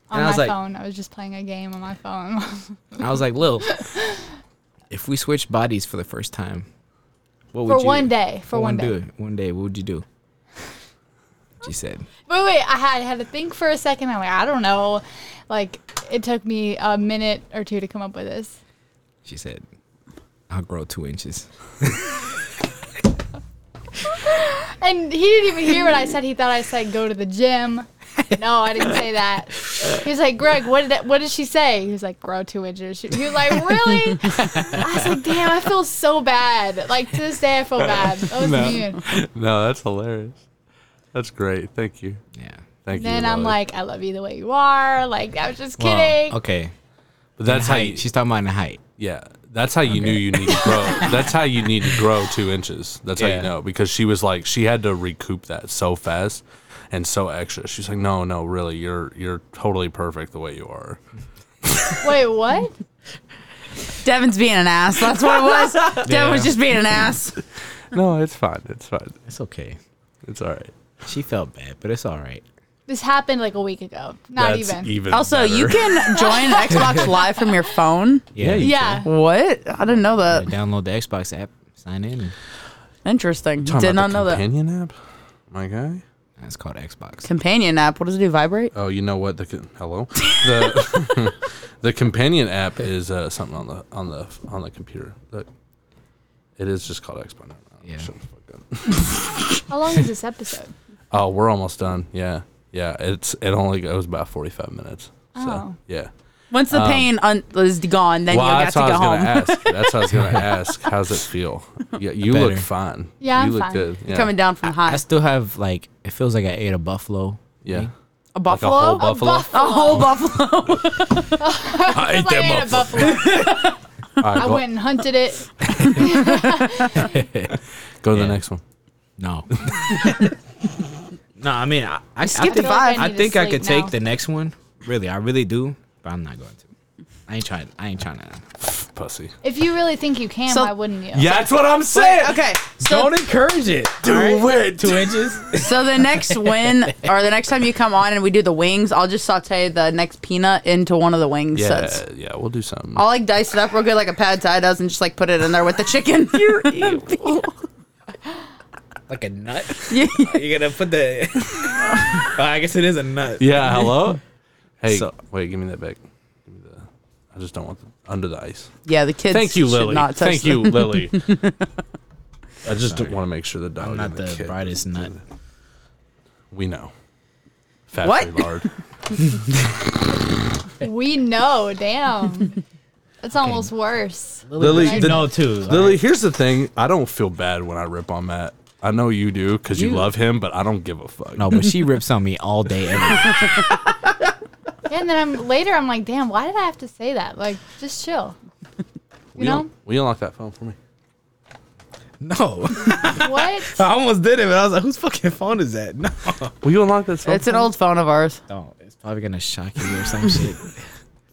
Speaker 3: On
Speaker 7: And I
Speaker 3: my
Speaker 7: was like-
Speaker 3: phone. I was just playing a game on my phone.
Speaker 7: I was like, Lil, if we switched bodies for the first time, what would
Speaker 3: for
Speaker 7: you
Speaker 3: one day. For one, day.
Speaker 7: day, one day, what would you do? She said,
Speaker 3: Wait, wait. I had, had to think for a second. I'm like, I don't know. Like, it took me a minute or two to come up with this.
Speaker 7: she said, I'll grow two inches.
Speaker 3: And he didn't even hear what I said. He thought I said go to the gym. No, I didn't say that. He was like, Greg, what did that, what did she say? He was like, grow two inches. She- He was like, really? I was like, damn, I feel so bad. Like to this day, I feel bad. That was mean.
Speaker 2: No, that's hilarious. That's great. Thank you.
Speaker 7: Yeah.
Speaker 2: Thank you.
Speaker 3: Then I'm
Speaker 2: Lily.
Speaker 3: like, I love you the way you are. Like I was just
Speaker 7: Well,
Speaker 3: kidding.
Speaker 7: okay.
Speaker 2: But that's how
Speaker 7: height.
Speaker 2: you,
Speaker 7: She's talking about in height.
Speaker 2: yeah. That's how you knew you need to grow. that's how you need to grow two inches. That's how
Speaker 7: Yeah.
Speaker 2: you know because she was like she had to recoup that so fast and so extra. She's like, no, no, really, you're you're totally perfect the way you are.
Speaker 3: Wait, what?
Speaker 8: Devin's being an ass. That's what it was. Devin was just being an ass.
Speaker 2: No, it's fine. It's fine.
Speaker 7: It's okay.
Speaker 2: It's all right.
Speaker 7: She felt bad, but it's all right.
Speaker 3: This happened like a week ago. Not
Speaker 2: That's
Speaker 3: even.
Speaker 8: Also, you
Speaker 2: better.
Speaker 8: can join Xbox Live from your phone.
Speaker 2: Yeah, you
Speaker 3: Yeah.
Speaker 8: What? I didn't know
Speaker 4: Like,
Speaker 8: that.
Speaker 4: download the Xbox app, sign in. And
Speaker 8: Interesting.
Speaker 2: Talking
Speaker 8: Did
Speaker 2: about
Speaker 8: not
Speaker 2: the
Speaker 8: know that.
Speaker 2: companion app, my guy.
Speaker 4: that's called Xbox.
Speaker 8: Companion app. What does it do? Vibrate?
Speaker 2: Oh, you know what? The co- hello, the the companion app is uh, something on the on the on the computer. Look, it is just called Xbox. now.
Speaker 4: Yeah.
Speaker 2: Shut the fuck up.
Speaker 3: How long is this episode?
Speaker 2: Oh, we're almost done. Yeah, yeah. It's it only goes about forty five minutes. So
Speaker 3: Oh.
Speaker 2: yeah.
Speaker 8: Once the pain un- is gone, then
Speaker 2: um, well,
Speaker 8: you got
Speaker 2: that's
Speaker 8: to
Speaker 2: how I
Speaker 8: go
Speaker 2: was
Speaker 8: home.
Speaker 2: gonna ask. That's how I was gonna ask. How's it feel? Yeah, you look
Speaker 4: Better.
Speaker 2: fine.
Speaker 3: Yeah,
Speaker 2: you
Speaker 3: I'm
Speaker 2: look
Speaker 3: fine.
Speaker 2: good. Yeah.
Speaker 8: Coming down from
Speaker 4: I
Speaker 8: high.
Speaker 4: still have like it feels like I ate a buffalo.
Speaker 2: Yeah.
Speaker 8: A
Speaker 2: whole
Speaker 8: buffalo. A
Speaker 2: buffalo?
Speaker 8: buffalo. A whole buffalo.
Speaker 2: I ate
Speaker 3: I ate a buffalo.
Speaker 2: All
Speaker 3: I
Speaker 2: right, go,
Speaker 3: went and hunted it.
Speaker 2: go to
Speaker 4: Yeah.
Speaker 2: the next one.
Speaker 4: No. no, I mean I I, I
Speaker 8: Skip the
Speaker 4: think,
Speaker 8: vibe.
Speaker 4: I,
Speaker 3: need to
Speaker 4: think I
Speaker 3: sleep
Speaker 4: could take
Speaker 3: now.
Speaker 4: the next one. Really, I really do, but I'm not going to. I ain't trying. I ain't trying to.
Speaker 2: Pussy.
Speaker 3: If you really think you can,
Speaker 8: So-
Speaker 3: why wouldn't you?
Speaker 2: Yeah, that's what I'm saying.
Speaker 8: Okay. So,
Speaker 4: Don't encourage it.
Speaker 2: Do it.
Speaker 4: Two inches.
Speaker 8: so the next win or the next time you come on and we do the wings, I'll just saute the next peanut into one of the wing
Speaker 2: Yeah,
Speaker 8: sets.
Speaker 2: yeah, we'll do something.
Speaker 8: I'll like dice it up real good like a pad thai does and just like put it in there with the chicken. You're
Speaker 2: e-,
Speaker 8: evil.
Speaker 4: like a nut.
Speaker 8: Yeah.
Speaker 4: You're gonna put the. Oh, I guess it is a nut.
Speaker 2: Yeah, hello. hey,
Speaker 4: So-
Speaker 2: wait, give me that back. Give me the. I just don't want the under the ice.
Speaker 8: Yeah, the kids
Speaker 2: Thank you,
Speaker 8: should
Speaker 2: Lily.
Speaker 8: not touch
Speaker 2: Thank you,
Speaker 8: them.
Speaker 2: Lily. I just want to make sure the dog.
Speaker 4: I'm not
Speaker 2: and the,
Speaker 4: the
Speaker 2: kid-
Speaker 4: brightest nut.
Speaker 2: We know. Fat
Speaker 8: What?
Speaker 2: Lard.
Speaker 3: We know, damn. That's almost worse.
Speaker 2: Lily,
Speaker 4: you
Speaker 2: the-
Speaker 4: know too.
Speaker 2: Lily, here's the thing. I don't feel bad when I rip on Matt. I know you do because you,
Speaker 4: You-
Speaker 2: love him, but I don't give a fuck.
Speaker 4: No, but she rips on me all day. Every
Speaker 3: Yeah, and then I'm later I'm like, damn, why did I have to say that? Like, just chill. You
Speaker 2: we
Speaker 3: know?
Speaker 2: we unlock that phone for me.
Speaker 4: no,
Speaker 3: What?
Speaker 4: I almost did it, but I was like, "Whose fucking phone is that?" No,
Speaker 2: Will you unlock that phone?
Speaker 8: It's an old phone of ours.
Speaker 4: no, it's probably gonna shock you or some shit.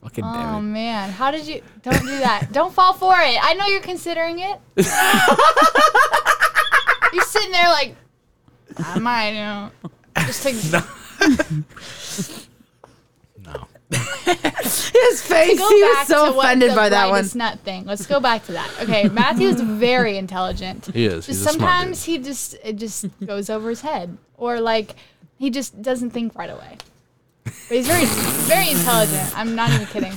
Speaker 4: fucking
Speaker 3: Oh
Speaker 4: damn it.
Speaker 3: man, how did you don't do that. Don't fall for it. I know you're considering it. you're sitting there like I might you know. Just take
Speaker 4: No,
Speaker 8: His face. He
Speaker 3: go
Speaker 8: was
Speaker 3: back
Speaker 8: so
Speaker 3: to what
Speaker 8: offended
Speaker 3: the
Speaker 8: by that one.
Speaker 3: brightest nut thing. Let's go back to that. Okay, Matthew's very intelligent.
Speaker 2: He is.
Speaker 3: Just
Speaker 2: He's a smart dude.
Speaker 3: sometimes he just it just goes over his head, or like he just doesn't think right away. But he's very very intelligent. I'm not even kidding.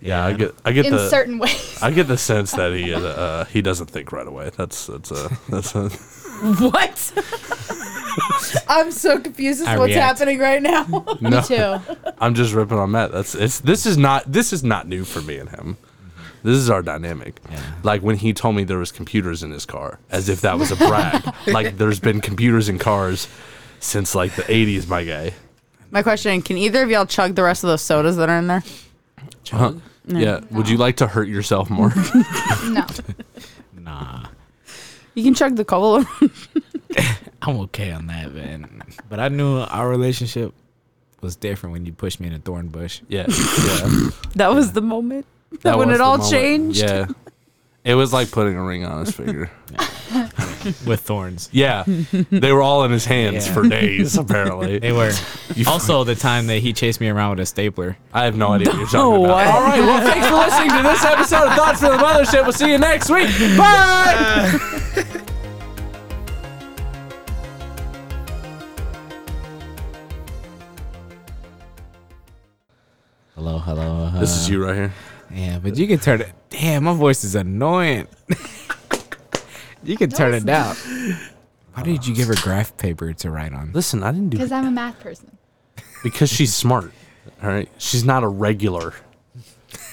Speaker 2: yeah, I get. I get
Speaker 3: In
Speaker 2: the.
Speaker 3: certain ways,
Speaker 2: I get the sense that he is, uh, he doesn't think right away. That's that's uh, that's uh,
Speaker 8: What? I'm so confused as
Speaker 4: I
Speaker 8: to what's
Speaker 4: react.
Speaker 8: happening right now.
Speaker 2: no.
Speaker 3: too.
Speaker 2: I'm just ripping on Matt. That's it's this is not this is not new for me and him. This is our dynamic. Like when he told me there was computers in his car, as if that was a brag. like there's been computers in cars since like the 80s, my guy.
Speaker 8: My question: Can either of y'all chug the rest of those sodas that are in there?
Speaker 2: Huh? Yeah. Would you like to hurt yourself more?
Speaker 3: No,
Speaker 4: nah,
Speaker 8: You can chug the cola.
Speaker 4: I'm okay on that, man. But I knew our relationship was different when you pushed me in a thorn bush.
Speaker 2: yeah. Yeah.
Speaker 8: that was the moment. That when
Speaker 2: was
Speaker 8: it
Speaker 2: the
Speaker 8: all
Speaker 2: moment.
Speaker 8: changed.
Speaker 2: Yeah. It was like putting a ring on his finger.
Speaker 4: with thorns.
Speaker 2: Yeah. They were all in his hands
Speaker 4: Yeah.
Speaker 2: for days, apparently.
Speaker 4: They were.
Speaker 2: You-
Speaker 4: Also, the time that he chased me around with a stapler.
Speaker 2: I have no idea what you're talking
Speaker 8: Oh,
Speaker 2: about.
Speaker 8: what?
Speaker 2: All right, well, thanks for listening to this episode of Thoughts from the Mothership. We'll see you next week. Bye.
Speaker 4: Hello, hello. hello.
Speaker 2: This is you right here.
Speaker 4: Yeah, but you can turn it. Damn, my voice is annoying. you can turn it down. Why did you give her graph paper to write on?
Speaker 2: Listen, I didn't do
Speaker 3: because I'm a math person.
Speaker 2: because she's smart. All right, she's not a regular.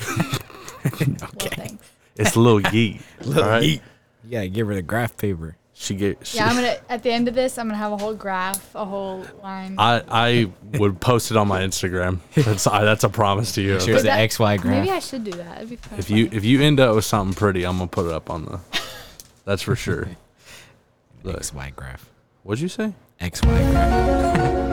Speaker 3: Well, thanks.
Speaker 2: It's Lil Yeet. all right,
Speaker 4: Yeah, give her the graph paper.
Speaker 2: she gave. She,
Speaker 3: Yeah, I'm gonna at the end of this, I'm gonna have a whole graph, a whole line.
Speaker 2: I I would post it on my Instagram. That's I, that's a promise to you.
Speaker 4: Here's
Speaker 3: But
Speaker 4: the
Speaker 3: that-
Speaker 4: XY graph.
Speaker 3: Maybe I should do that. That'd be kinda
Speaker 2: If you
Speaker 3: funny.
Speaker 2: if you end up with something pretty, I'm gonna put it up on the. That's for sure. Look,
Speaker 4: XY graph.
Speaker 2: what'd you say?
Speaker 4: XY graph.